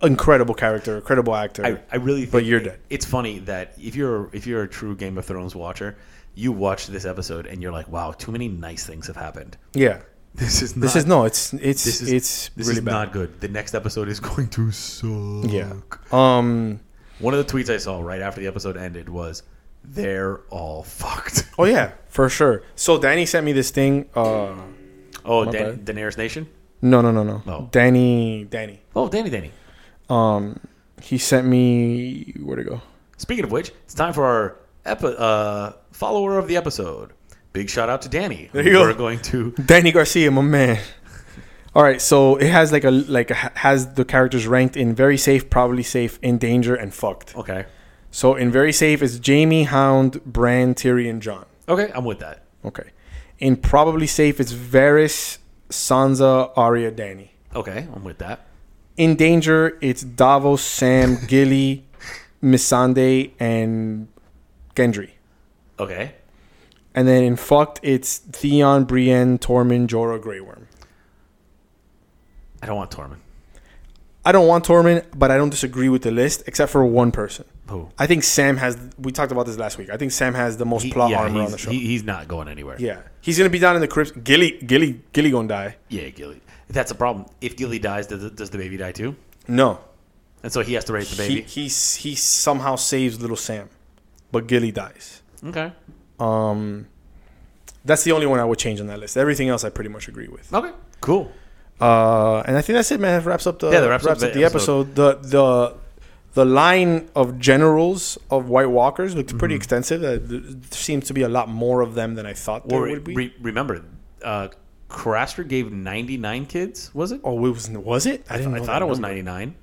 B: Incredible character, incredible actor.
A: I, I really think
B: But you're dead.
A: It's funny that if you're if you're a true Game of Thrones watcher, you watch this episode and you're like, wow, too many nice things have happened.
B: yeah.
A: This is not,
B: This is no, it's it's
A: this is-
B: it's
A: this
B: really
A: is
B: bad.
A: not good. The next episode is <laughs> going to suck.
B: yeah. Um
A: One of the tweets I saw right after the episode ended was, "They're all fucked." <laughs>
B: oh yeah, for sure. So Danny sent me this thing uh
A: Oh, Dan- Daenerys Nation.
B: no no no no.
A: No.
B: Danny Danny.
A: Oh, Danny, Danny.
B: He sent me where'd it go?
A: Speaking of which, it's time for our epi- uh, follower of the episode. Big shout out to Danny. There
B: you go.
A: We're going to
B: Danny Garcia, my man. All right, so it has like a like a, has the characters ranked in very safe, probably safe, in danger, and fucked.
A: okay,
B: So in very safe is Jamie, Hound, Bran, Tyrion, John.
A: okay. I'm with that.
B: Okay. In probably safe it's Varys, Sansa, Arya, Danny.
A: Okay, I'm with that.
B: In danger it's Davos, Sam, <laughs> Gilly, Missandei, and Gendry.
A: Okay.
B: And then in fucked it's Theon, Brienne, Tormund, Jorah, Grey Worm.
A: I don't want Tormund.
B: I don't want Tormund, but I don't disagree with the list except for one person.
A: Who?
B: I think Sam has. We talked about this last week. I think Sam has the most
A: He-
B: plot
A: yeah,
B: armor
A: he's,
B: on the show.
A: he- he's not going anywhere.
B: yeah, he's gonna be down in the crypts. Gilly, Gilly, Gilly gonna die.
A: Yeah, Gilly. That's a problem. If Gilly dies, does, the- does the baby die too?
B: No,
A: And so he has to raise the
B: he,
A: baby.
B: he s- he somehow saves little Sam, but Gilly dies.
A: okay.
B: That's the only one I would change on that list. Everything else I pretty much agree with.
A: Okay. Cool.
B: Uh, and I think that's it, man. That wraps up the
A: Yeah, that
B: wraps, up the episode. The the the line of generals of White Walkers looked pretty extensive. Uh, th- there seems to be a lot more of them than I thought there
A: Or
B: would be.
A: re- remember, uh, Craster gave 99 kids, was it?
B: oh, it was was it? I didn't.
A: I
B: know
A: thought
B: that
A: it was
B: number.
A: 99.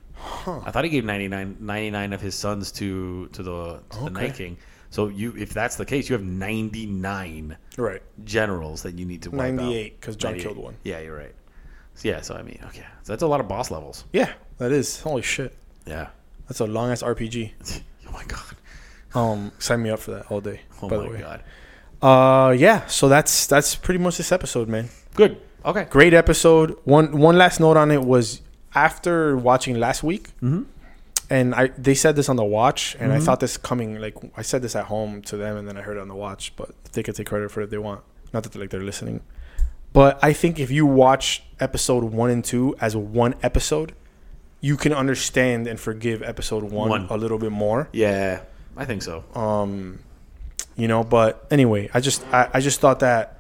A: I thought he gave 99, 99 of his sons to, to, the, to the Night King. So you, if that's the case, you have 99
B: Right.
A: generals that you need to wipe out.
B: 98, 'cause John killed one.
A: Yeah, you're right. So, yeah, so I mean, okay. So that's a lot of boss levels.
B: Yeah, that is. Holy shit.
A: Yeah. <laughs>
B: That's a long ass RPG.
A: Oh my god.
B: Um, sign me up for that all day.
A: Oh
B: by
A: my
B: the way.
A: god.
B: Uh, yeah. So that's that's pretty much this episode, man.
A: Good. Okay.
B: Great episode. One one last note on it was after watching last week, and I they said this on the watch, and I thought this coming like I said this at home to them, and then I heard it on the watch. But they could take credit for it if they want. Not that like they're listening, but I think if you watch episode one and two as one episode. You can understand and forgive episode
A: One.
B: one. a little bit more.
A: Yeah, I think so.
B: Uh, you know but anyway i just i, I just thought that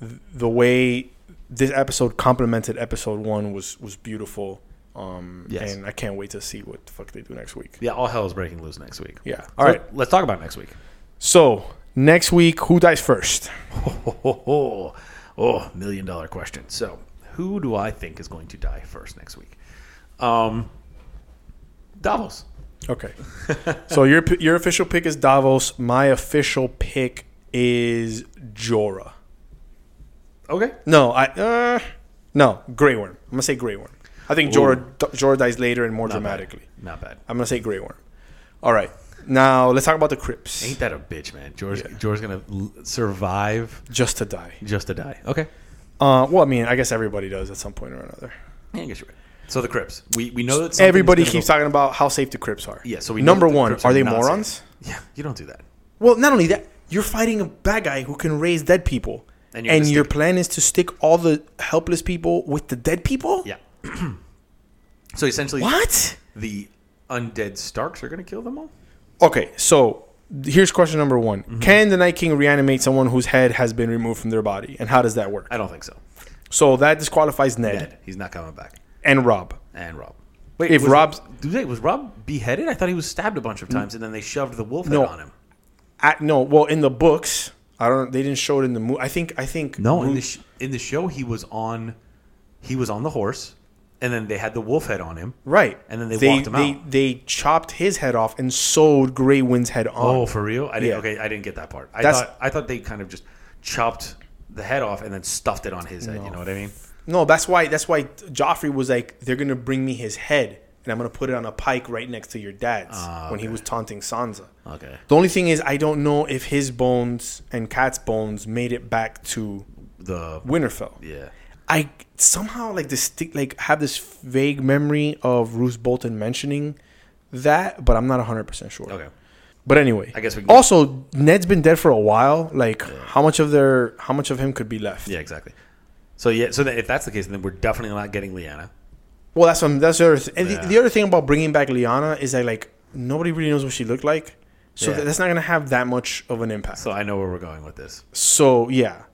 B: th- the way this episode complemented episode one was was beautiful um
A: Yes.
B: and i can't wait to see what the fuck they do next week
A: yeah, all hell is breaking loose next week.
B: yeah all
A: All
B: right
A: Let's talk about next week.
B: so next week who dies first
A: Oh, oh, oh, oh, million dollar question. So, who do I think is going to die first next week? Um, Davos. <laughs>
B: okay so your p- your official pick is davos my official pick is jorah
A: Okay.
B: no i uh no gray worm i'm gonna say gray worm i think jorah jorah dies later and more dramatically
A: Not bad.
B: I'm gonna say Grey Worm. All right. Now let's talk about the Crips.
A: Ain't that a bitch, man? George, George's gonna l- survive
B: just to die.
A: just to die. Okay.
B: Uh, well, I mean, I guess everybody does at some point or another.
A: Yeah, I guess you're right. So the Crips. We we know that something's
B: everybody
A: gonna
B: keeps
A: go-
B: talking about how safe the Crips are.
A: Yeah. So we know
B: number
A: that the
B: one,
A: Crips
B: are they
A: not
B: morons?
A: safe. Yeah. You don't do that.
B: Well, not only that, you're fighting a bad guy who can raise dead people,
A: And
B: and,
A: you're gonna
B: your
A: stick-
B: plan is to stick all the helpless people with the dead people.
A: Yeah. <clears throat> so essentially,
B: What?
A: the undead Starks are gonna kill them all.
B: Okay, so here's question number one:
A: Mm-hmm.
B: Can the Night King reanimate someone whose head has been removed from their body, and how does that work?
A: I don't think so.
B: So that disqualifies Ned
A: Dead. He's not coming back.
B: and Rob.
A: And Rob. Wait,
B: If
A: was-
B: Rob's-
A: Dude, wait, was Rob beheaded? I thought he was stabbed a bunch of times, and then they shoved the wolf head
B: No.
A: on him.
B: I, no, well, in the books, I don't. They didn't show it in the movie. I think. I think.
A: No, in
B: Ru-
A: the sh- in the show, he was on he was on the horse, and then they had the wolf head on him.
B: right.
A: and then they walked him
B: they,
A: out.
B: They chopped his head off and sewed Grey Wind's head on.
A: Oh, for real? I didn't.
B: Yeah.
A: Okay, I didn't get that part. I
B: That's-
A: thought I thought they kind of just chopped the head off and then stuffed it on his head. You know what I mean?
B: No, that's why. That's why Joffrey was like, "They're gonna bring me his head, and I'm gonna put it on a pike right next to your dad's." When he was taunting Sansa.
A: Ah, Okay.
B: The only thing is, I don't know if his bones and Cat's bones made it back to
A: The
B: Winterfell.
A: yeah.
B: I somehow like distinct, like have this vague memory of Roose Bolton mentioning that, but I'm not 100 percent sure.
A: Okay.
B: But anyway,
A: I guess we can-
B: also Ned's been dead for a while. Like, how much of their, how much of him could be left?
A: Yeah. Exactly. So yeah. So then if that's the case, then we're definitely not getting Lyanna.
B: Well, that's what, that's the other. Th- and
A: Yeah.
B: the, the other thing about bringing back Liana is that like nobody really knows what she looked like, so
A: Yeah.
B: th- that's not gonna have that much of an impact.
A: So I know where we're going with this.
B: So yeah.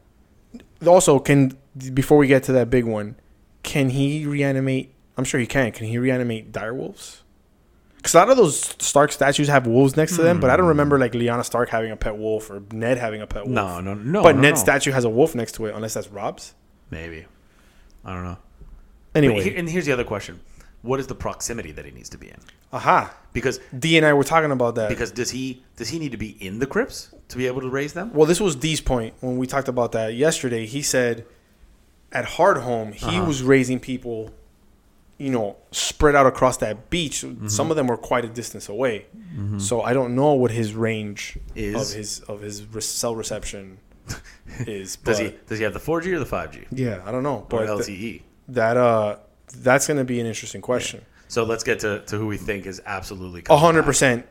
B: Also, can before we get to that big one, can he reanimate? I'm sure he can. Can he reanimate direwolves? Because a lot of those Stark statues have wolves next to them, but I don't remember like Lyanna Stark having a pet wolf or Ned having a pet wolf.
A: No, no, no.
B: But
A: no,
B: Ned's
A: no.
B: statue has a wolf next to it, unless that's Rob's.
A: maybe. I don't know. But
B: Anyway,
A: here- and here's the other question: What is the proximity that he needs to be in?
B: aha.
A: Because
B: D and I were talking about that.
A: because does he does he need to be in the crypts to be able to raise them?
B: well, this was D's point when we talked about that yesterday. He said at Hardhome he
A: Uh-huh.
B: was raising people, you know, spread out across that beach.
A: Mm-hmm.
B: Some of them were quite a distance away, so I don't know what his range
A: Is.
B: of his of his re- cell
A: <laughs>
B: reception is.
A: Does
B: but-
A: he does he have the 4G or the 5G
B: Yeah, I don't know,
A: or E?
B: but th-
A: LTE?
B: that uh, that's going to be an interesting question.
A: So let's get to, to who we think is absolutely
B: A
A: coming
B: hundred
A: back.
B: percent.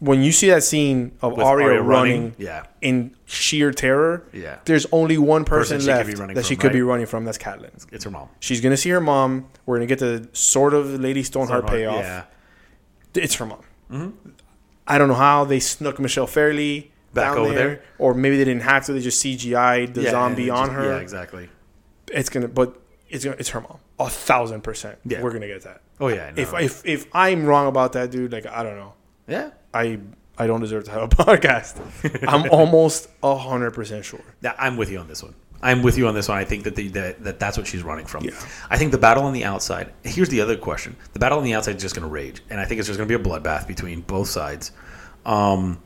B: When you see that scene of
A: With
B: Arya,
A: Arya running,
B: running,
A: yeah.
B: in sheer terror,
A: Yeah.
B: there's only one person,
A: she could
B: left
A: be running
B: that she
A: from,
B: could be
A: right?
B: running from. That's Catelyn.
A: It's her mom.
B: She's gonna see her mom. We're gonna get the sort of Lady Stoneheart payoff.
A: Yeah. Mm-hmm.
B: It's her mom. I don't know how they snuck Michelle Fairley
A: Back
B: down
A: over
B: there,
A: there.
B: or maybe they didn't have to. They just CGI'd the
A: Yeah, and
B: zombie
A: it
B: on
A: just-
B: her.
A: Yeah, exactly.
B: It's gonna, but it's gonna, it's her mom. A thousand percent.
A: Yeah.
B: we're gonna get that.
A: Oh yeah. No.
B: If if if I'm wrong about that, dude, like I don't know.
A: yeah.
B: I I don't deserve to have a <laughs> podcast. I'm almost hundred percent sure.
A: Now, I'm with you on this one. I'm with you on this one. I think that the, that, that that's what she's running from.
B: Yeah.
A: I think the battle on the outside. Here's the other question: the battle on the outside is just going to rage, and I think it's just going to be a bloodbath between both sides. Um,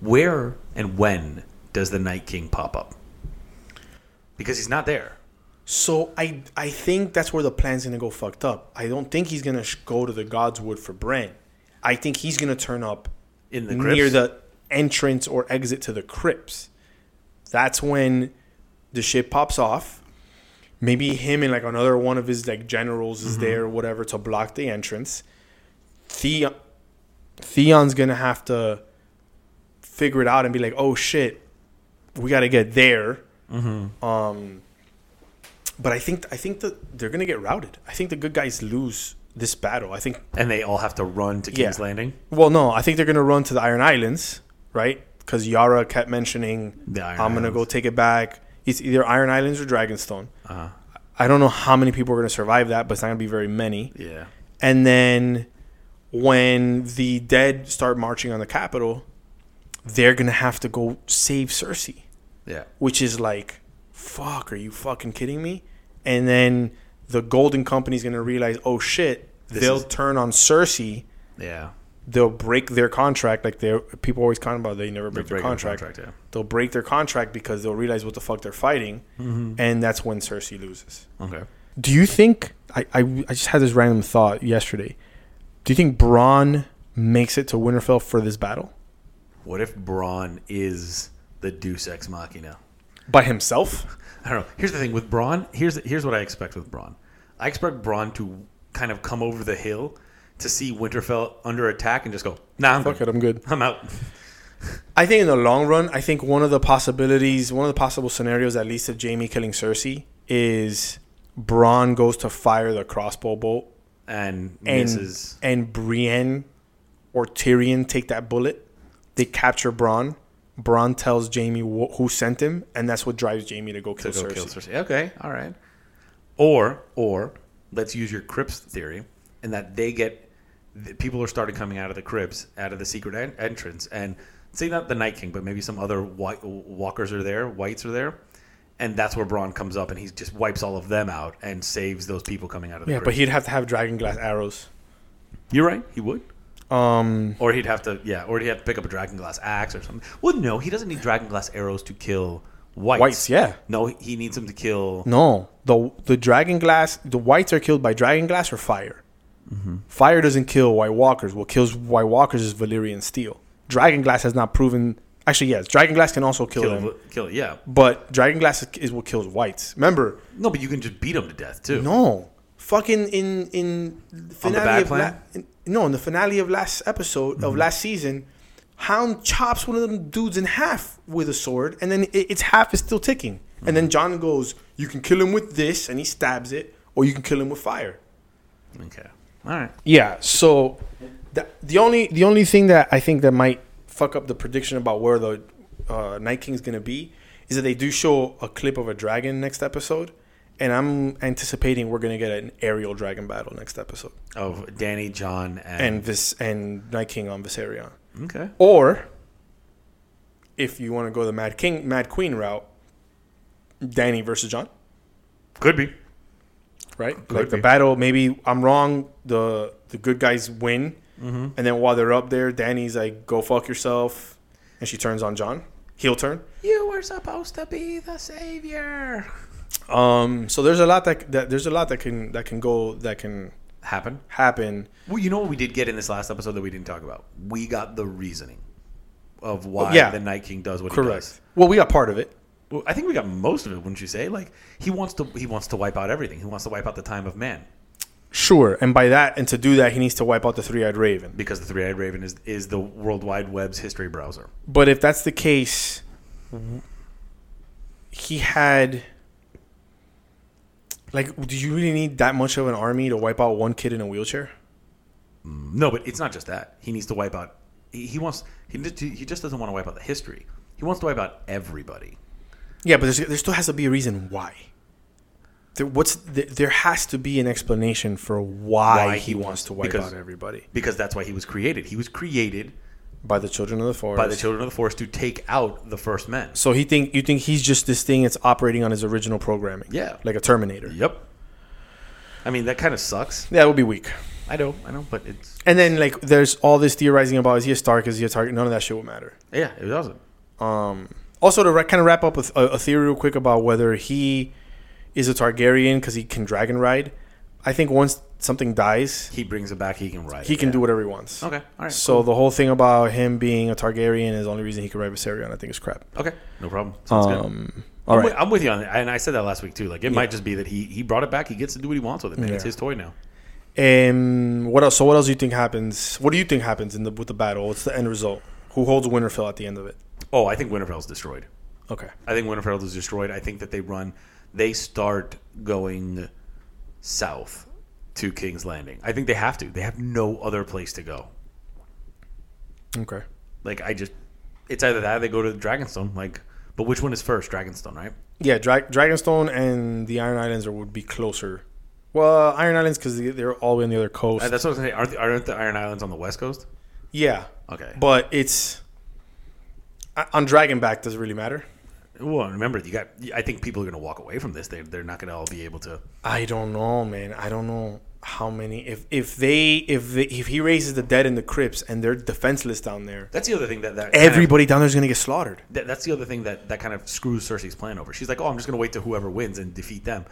A: where and when does the Night King pop up? Because he's not there.
B: So I I think that's where the plan's gonna go fucked up. I don't think he's gonna sh- go to the Godswood for Bran. I think he's gonna turn up
A: In the
B: near
A: crypts?
B: the entrance or exit to the crypts. That's when the shit pops off. Maybe him and like another one of his like generals
A: Mm-hmm.
B: is there, whatever, to block the entrance. Theon, Theon's gonna have to figure it out and be like, "Oh shit, we got to get there." Um, but I think I think that they're gonna get routed. I think the good guys lose this battle. I think
A: and they all have to run to King's Landing.
B: Well, no, I think they're gonna run to the Iron Islands, right? Because Yara kept mentioning,
A: The Iron
B: "I'm gonna go
A: Islands.
B: take it back." It's either Iron Islands or Dragonstone. Uh-huh. I don't know how many people are gonna survive that, but it's not gonna be very many.
A: Yeah.
B: And then when the dead start marching on the capital, they're gonna have to go save Cersei,
A: Yeah.
B: which is like, fuck, are you fucking kidding me? And then the Golden Company's gonna realize, oh shit, they'll
A: is-
B: turn on Cersei.
A: Yeah.
B: They'll break their contract, like they people always comment about. They never break their
A: breaking the
B: contract.
A: contract, yeah.
B: They'll break their contract because they'll realize what the fuck they're fighting,
A: Mm-hmm.
B: and that's when Cersei loses.
A: Okay.
B: Do you think I, I I just had this random thought yesterday? Do you think Braun makes it to Winterfell for this battle
A: What if Braun is the Deus Ex Machina?
B: by
A: <laughs>
B: himself?
A: I don't know. Here's the thing with Braun. Here's here's what I expect with Braun. I expect Braun to kind of come over the hill to see Winterfell under attack and just go, Nah, I'm
B: Fuck
A: good.
B: it, I'm good.
A: I'm out.
B: I think in the long run, I think one of the possibilities, one of the possible scenarios, at least of Jamie killing Cersei, is Braun goes to fire the crossbow bolt
A: And,
B: and
A: misses.
B: and Brienne or Tyrion take that bullet. They capture Braun. Braun tells Jamie wh- who sent him, and that's what drives Jamie to go kill,
A: to go
B: Cersei.
A: kill Cersei. Okay, all right. Or or let's use your Crips theory and that they get the people are started coming out of the cribs, out of the secret en- entrance, and say not the Night King, but maybe some other white walkers are there, whites are there, and that's where Braun comes up and he just wipes all of them out and saves those people coming out of the
B: Yeah,
A: cribs.
B: but he'd have to have dragon glass arrows.
A: You're right, he would.
B: Um,
A: Or he'd have to, yeah, or he'd have to pick up a dragon glass axe or something. Well, no, he doesn't need dragon glass arrows to kill whites.
B: Whites, yeah.
A: No, he needs them to kill.
B: no, the the dragon glass, the whites are killed by dragon glass or fire. Fire doesn't kill White Walkers. What kills White Walkers is Valyrian steel. Dragon glass has not proven. Actually, yes, dragon glass can also kill,
A: Kill,
B: them,
A: kill, yeah.
B: but dragon glass is- is what kills whites. Remember,
A: No, but you can just beat them to death too.
B: No, fucking in in finale
A: bad
B: of
A: plan? Mm-hmm.
B: la- in- no in the finale of last episode of last season, Hound chops one of them dudes in half with a sword, and then it, its half is still ticking.
A: Mm-hmm.
B: And then John goes, "You can kill him with this," and he stabs it, or you can kill him with fire.
A: Okay. All right.
B: Yeah. So the, the only the only thing that I think that might fuck up the prediction about where the uh, Night King's gonna be is that they do show a clip of a dragon next episode, and I'm anticipating we're gonna get an aerial dragon battle next episode,
A: Of Oh, Danny, John, and,
B: and this and Night King on Viserion,
A: okay.
B: or if you want to go the Mad King Mad Queen route, Danny versus John.
A: Could be.
B: right? like the
A: be.
B: battle, maybe I'm wrong. The the good guys win, and then while they're up there, Danny's like, "Go fuck yourself," and she turns on John. Heel turn.
A: You were supposed to be the savior.
B: Um, so there's a lot that, that there's a lot that can that can go that can
A: Happen.
B: happen.
A: Well, you know what we did get in this last episode that we didn't talk about. We got the reasoning of why
B: yeah.
A: the Night King does what he does.
B: Correct. Well, we got part of it.
A: Well, I think we got most of it, wouldn't you say? Like he wants to he wants to wipe out everything. He wants to wipe out the time of man
B: Sure, and by that, and to do that, he needs to wipe out the three-eyed raven.
A: because the three-eyed raven is is the World Wide Web's history browser.
B: But if that's the case, he had. Like, do you really need that much of an army to wipe out one kid in a wheelchair?
A: No, but it's not just that. He needs to wipe out he, he wants he, just- he just doesn't want to wipe out the history. He wants to wipe out everybody.
B: Yeah, but there's, there still has to be a reason why. There, what's there, there has to be an explanation for why,
A: Why
B: he,
A: he
B: wants to wipe
A: because-
B: out everybody
A: Because that's why he was created. He was created
B: by the children of the forest.
A: by the children of the forest to take out the first men.
B: So he think you think he's just this thing that's operating on his original programming.
A: Yeah.
B: like a Terminator.
A: Yep. I mean that kind of sucks.
B: Yeah, it would be weak.
A: I know, I know, but it's
B: And then like there's all this theorizing about is he a Stark? Is he a target? None of that shit would matter.
A: yeah, it doesn't.
B: Also, to kind of wrap up with a, a theory real quick about whether he is a Targaryen because he can dragon ride. I think once something dies,
A: He brings it back. He can ride.
B: he
A: it,
B: can
A: yeah.
B: do whatever he wants.
A: Okay, all right.
B: So the whole thing about him being a Targaryen is the only reason he could ride Viserion. I think is crap.
A: Okay, no problem. Sounds good.
B: Um, all
A: I'm,
B: right.
A: wi- I'm with you on that, and I said that last week too. Like it might just be that he he brought it back. He gets to do what he wants with it. Man, it's
B: Yeah.
A: his toy now.
B: Um, what else? So what else do you think happens? What do you think happens in the with the battle? What's the end result? Who holds Winterfell at the end of it?
A: Oh, I think Winterfell's destroyed.
B: Okay.
A: I think Winterfell is destroyed. I think that they run. They start going south to King's Landing. I think they have to. They have no other place to go.
B: Okay.
A: Like I just, it's either that or they go to Dragonstone. Like, but which one is first? Dragonstone, right?
B: Yeah, Dra- Dragonstone and the Iron Islands are, would be closer. Well, uh, Iron Islands because they're all the way on the other coast.
A: Uh, That's what I was gonna say. Aren't the, aren't the Iron Islands on the west coast?
B: yeah.
A: Okay.
B: But it's I- on Dragonback. Does it really matter?
A: Well, remember you got. I think people are gonna walk away from this. They they're not gonna all be able to.
B: I don't know, man. I don't know how many. If if they if they, if he raises the dead in the crypts and they're defenseless down there,
A: That's the other thing that that kind of-
B: everybody down there is gonna get slaughtered.
A: that- that's the other thing that that kind of screws Cersei's plan over. She's like, oh, I'm just gonna wait till whoever wins and defeat them.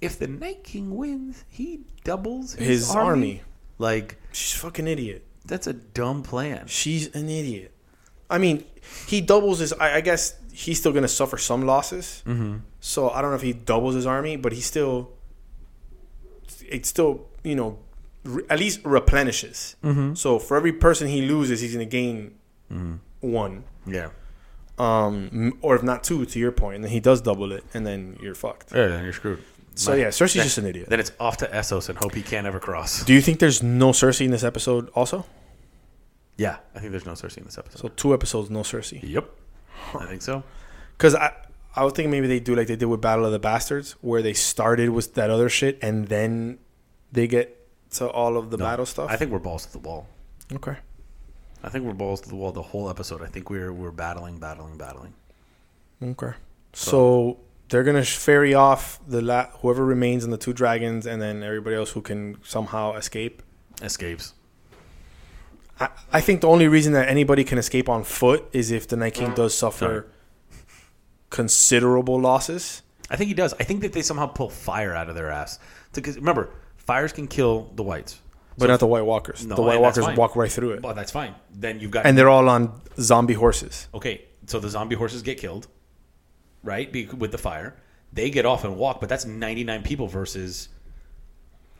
A: If the Night King wins, he doubles his,
B: His
A: army.
B: army.
A: Like
B: She's a fucking idiot.
A: that's a dumb plan.
B: She's an idiot. I mean, he doubles his. I, I guess he's still gonna suffer some losses. Mm-hmm. So I don't know if he doubles his army, but he still, it still you know, re, at least replenishes. So for every person he loses, he's gonna gain one.
A: Yeah.
B: um, or if not two, to your point, and then he does double it, and then you're fucked.
A: Yeah, then you're screwed.
B: So yeah, Cersei's just an idiot.
A: Then it's off to Essos and hope he can't ever cross.
B: Do you think there's no Cersei in this episode? Also,
A: Yeah, I think there's no Cersei in this episode.
B: so two episodes no Cersei.
A: yep, I think so.
B: Because I, I would think maybe they do like they did with Battle of the Bastards, where they started with that other shit, and then they get to all of the
A: No,
B: battle stuff?
A: I think we're balls to the wall.
B: Okay.
A: I think we're balls to the wall the whole episode. I think we're we're battling, battling, battling.
B: Okay. So they're gonna sh- ferry off the la- whoever remains in the two dragons, and then everybody else who can somehow escape.
A: Escapes.
B: I, I think the only reason that anybody can escape on foot is if the Night King does
A: Sorry.
B: suffer considerable losses.
A: I think he does. I think that they somehow pull fire out of their ass. Because remember, fires can kill the whites.
B: But not the White Walkers.
A: No,
B: the White
A: and that's
B: Walkers
A: fine.
B: walk right through it,
A: Well, that's fine. Then you've got
B: and they're all on zombie horses.
A: okay. So the zombie horses get killed, right? Be, with the fire, they get off and walk. But that's ninety nine people versus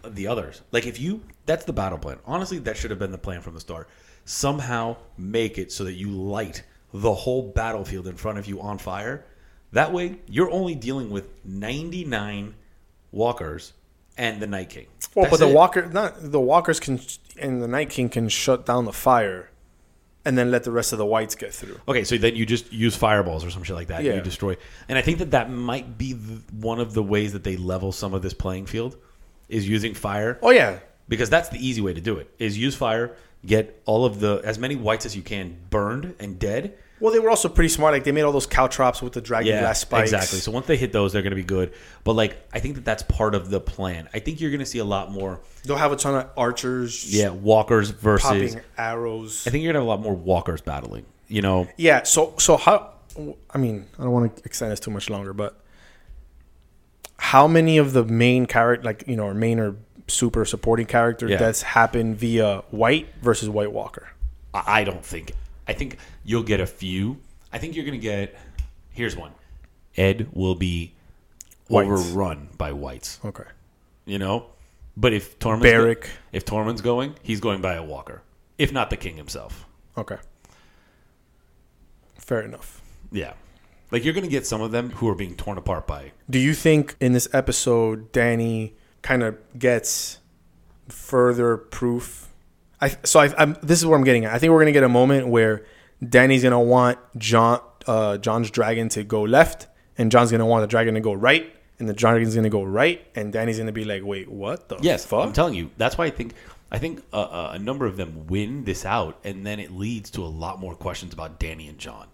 A: the others. Like if you, that's the battle plan. Honestly, that should have been the plan from the start. Somehow make it so that you light the whole battlefield in front of you on fire. That way, you're only dealing with ninety nine walkers and the Night King.
B: Well,
A: That's
B: but the
A: it.
B: walker, not the walkers can, sh- and the Night King can shut down the fire, and then let the rest of the whites get through.
A: Okay, so then you just use fireballs or some shit like that. And
B: Yeah.
A: you destroy, and I think that that might be the, one of the ways that they level some of this playing field is using fire
B: Oh yeah,
A: because that's the easy way to do it. Is use fire, get all of the as many whites as you can burned and dead.
B: Well, they were also pretty smart. Like they made all those caltrops with the dragon
A: Yeah,
B: glass spikes.
A: exactly. So once they hit those, they're going to be good. But like, I think that that's part of the plan. I think you're going to see a lot more,
B: they'll have a ton of archers.
A: yeah, walkers versus.
B: popping arrows.
A: I think you're going to have a lot more walkers battling. You know,
B: Yeah. So so how? I mean, I don't want to extend this too much longer, but how many of the main character, like you know, or main or super supporting character
A: Yeah.
B: deaths happen via White versus White Walker?
A: I I don't think. I think you'll get a few. I think you're going to get. Here's one. Ed will be
B: Whites.
A: overrun by whites.
B: Okay.
A: You know, but if Tormund's
B: Beric.
A: if Tormund's going, he's going by a walker. If not the king himself,
B: Okay. Fair enough.
A: yeah. Like you're going to get some of them who are being torn apart by.
B: Do you think in this episode Danny kind of gets further proof? I so I, I'm, this is what I'm getting at. I think we're gonna get a moment where Danny's gonna want John uh, John's dragon to go left, and John's gonna want the dragon to go right, and the dragon's gonna go right, and Danny's gonna be like, "Wait, what the
A: Yes,
B: fuck?"
A: I'm telling you. That's why I think I think uh, uh, a number of them win this out, and then it leads to a lot more questions about Danny and John.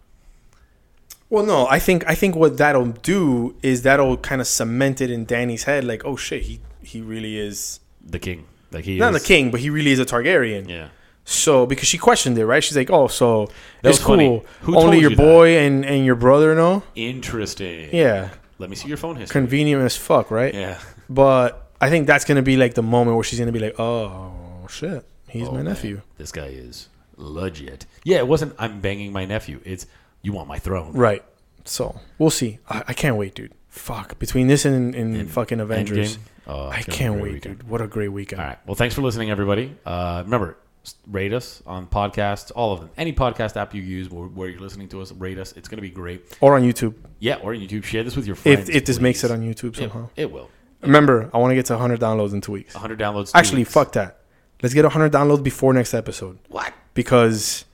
B: well, no, I think I think what that'll do is that'll kind of cement it in Danny's head, like, "Oh shit, he he really is."
A: The king, like he
B: Not
A: is,
B: the king, but he really is a Targaryen.
A: Yeah.
B: So because she questioned it, right? She's like, "Oh, so
A: That
B: it's
A: was funny.
B: cool.
A: Who told
B: Only your
A: you that?"
B: boy and and your brother know.
A: Interesting.
B: Yeah,
A: Let me see your phone history.
B: convenient as fuck, right?
A: Yeah.
B: But I think that's gonna be like the moment where she's gonna be like, "Oh shit, he's my nephew."
A: <laughs> This guy is legit. Yeah, it wasn't I'm banging my nephew. It's you want my throne.
B: Right. So we'll see. I, I can't wait, dude. Fuck. Between this and, and, fucking Avengers,
A: Endgame? Oh,
B: I
A: it's gonna be a
B: can't
A: great
B: wait,
A: weekend.
B: dude. What a great weekend.
A: All right. Well, thanks for listening, everybody. Uh, remember, s- rate us on podcasts, all of them. Any podcast app you use where, where you're listening to us, rate us. It's going to be great.
B: Or on YouTube,
A: Yeah, or YouTube. Share this with your friends.
B: if if this makes
A: please.
B: it on YouTube somehow.
A: It, it will.
B: Remember, I want to get to 100 downloads in two weeks.
A: 100 downloads. two
B: Actually,
A: weeks.
B: fuck that. Let's get 100 downloads before next episode
A: What?
B: because.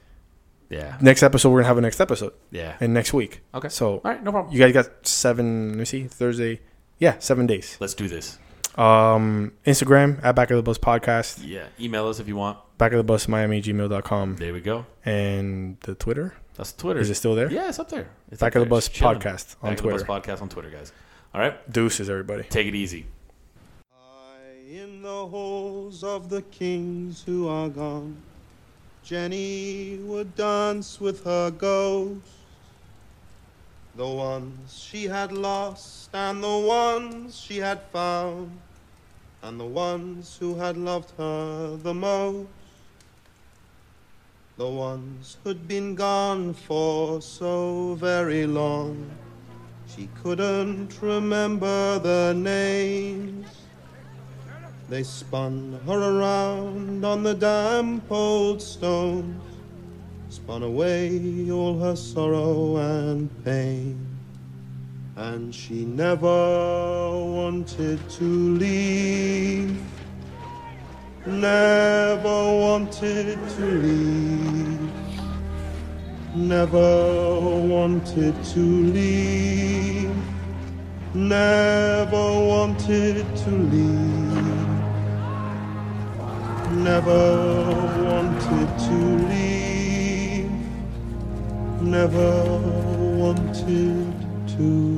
A: Yeah.
B: next episode we're gonna have a next episode
A: Yeah.
B: and next week
A: okay.
B: so
A: all right, no problem.
B: you guys got seven let me see thursday yeah seven days
A: Let's do this.
B: um instagram at back of the bus podcast
A: Yeah. Email us if you want.
B: back of the bus miami gmail.com
A: There we go.
B: and the twitter
A: That's Twitter.
B: is it still there
A: Yeah, it's up there. It's
B: Back
A: up
B: of the
A: there.
B: Bus
A: It's chilling.
B: podcast
A: Back
B: on
A: of the
B: Twitter.
A: Bus podcast on Twitter, guys. All right.
B: deuces everybody
A: Take it easy.
G: In the halls of the kings who are gone, Jenny would dance with her ghost. The ones she had lost, and the ones she had found, and the ones who had loved her the most. The ones who'd been gone for so very long, she couldn't remember their names. They spun her around on the damp old stones, spun away all her sorrow and pain. And she never wanted to leave, never wanted to leave, never wanted to leave never wanted to leave. never wanted to leave, never wanted to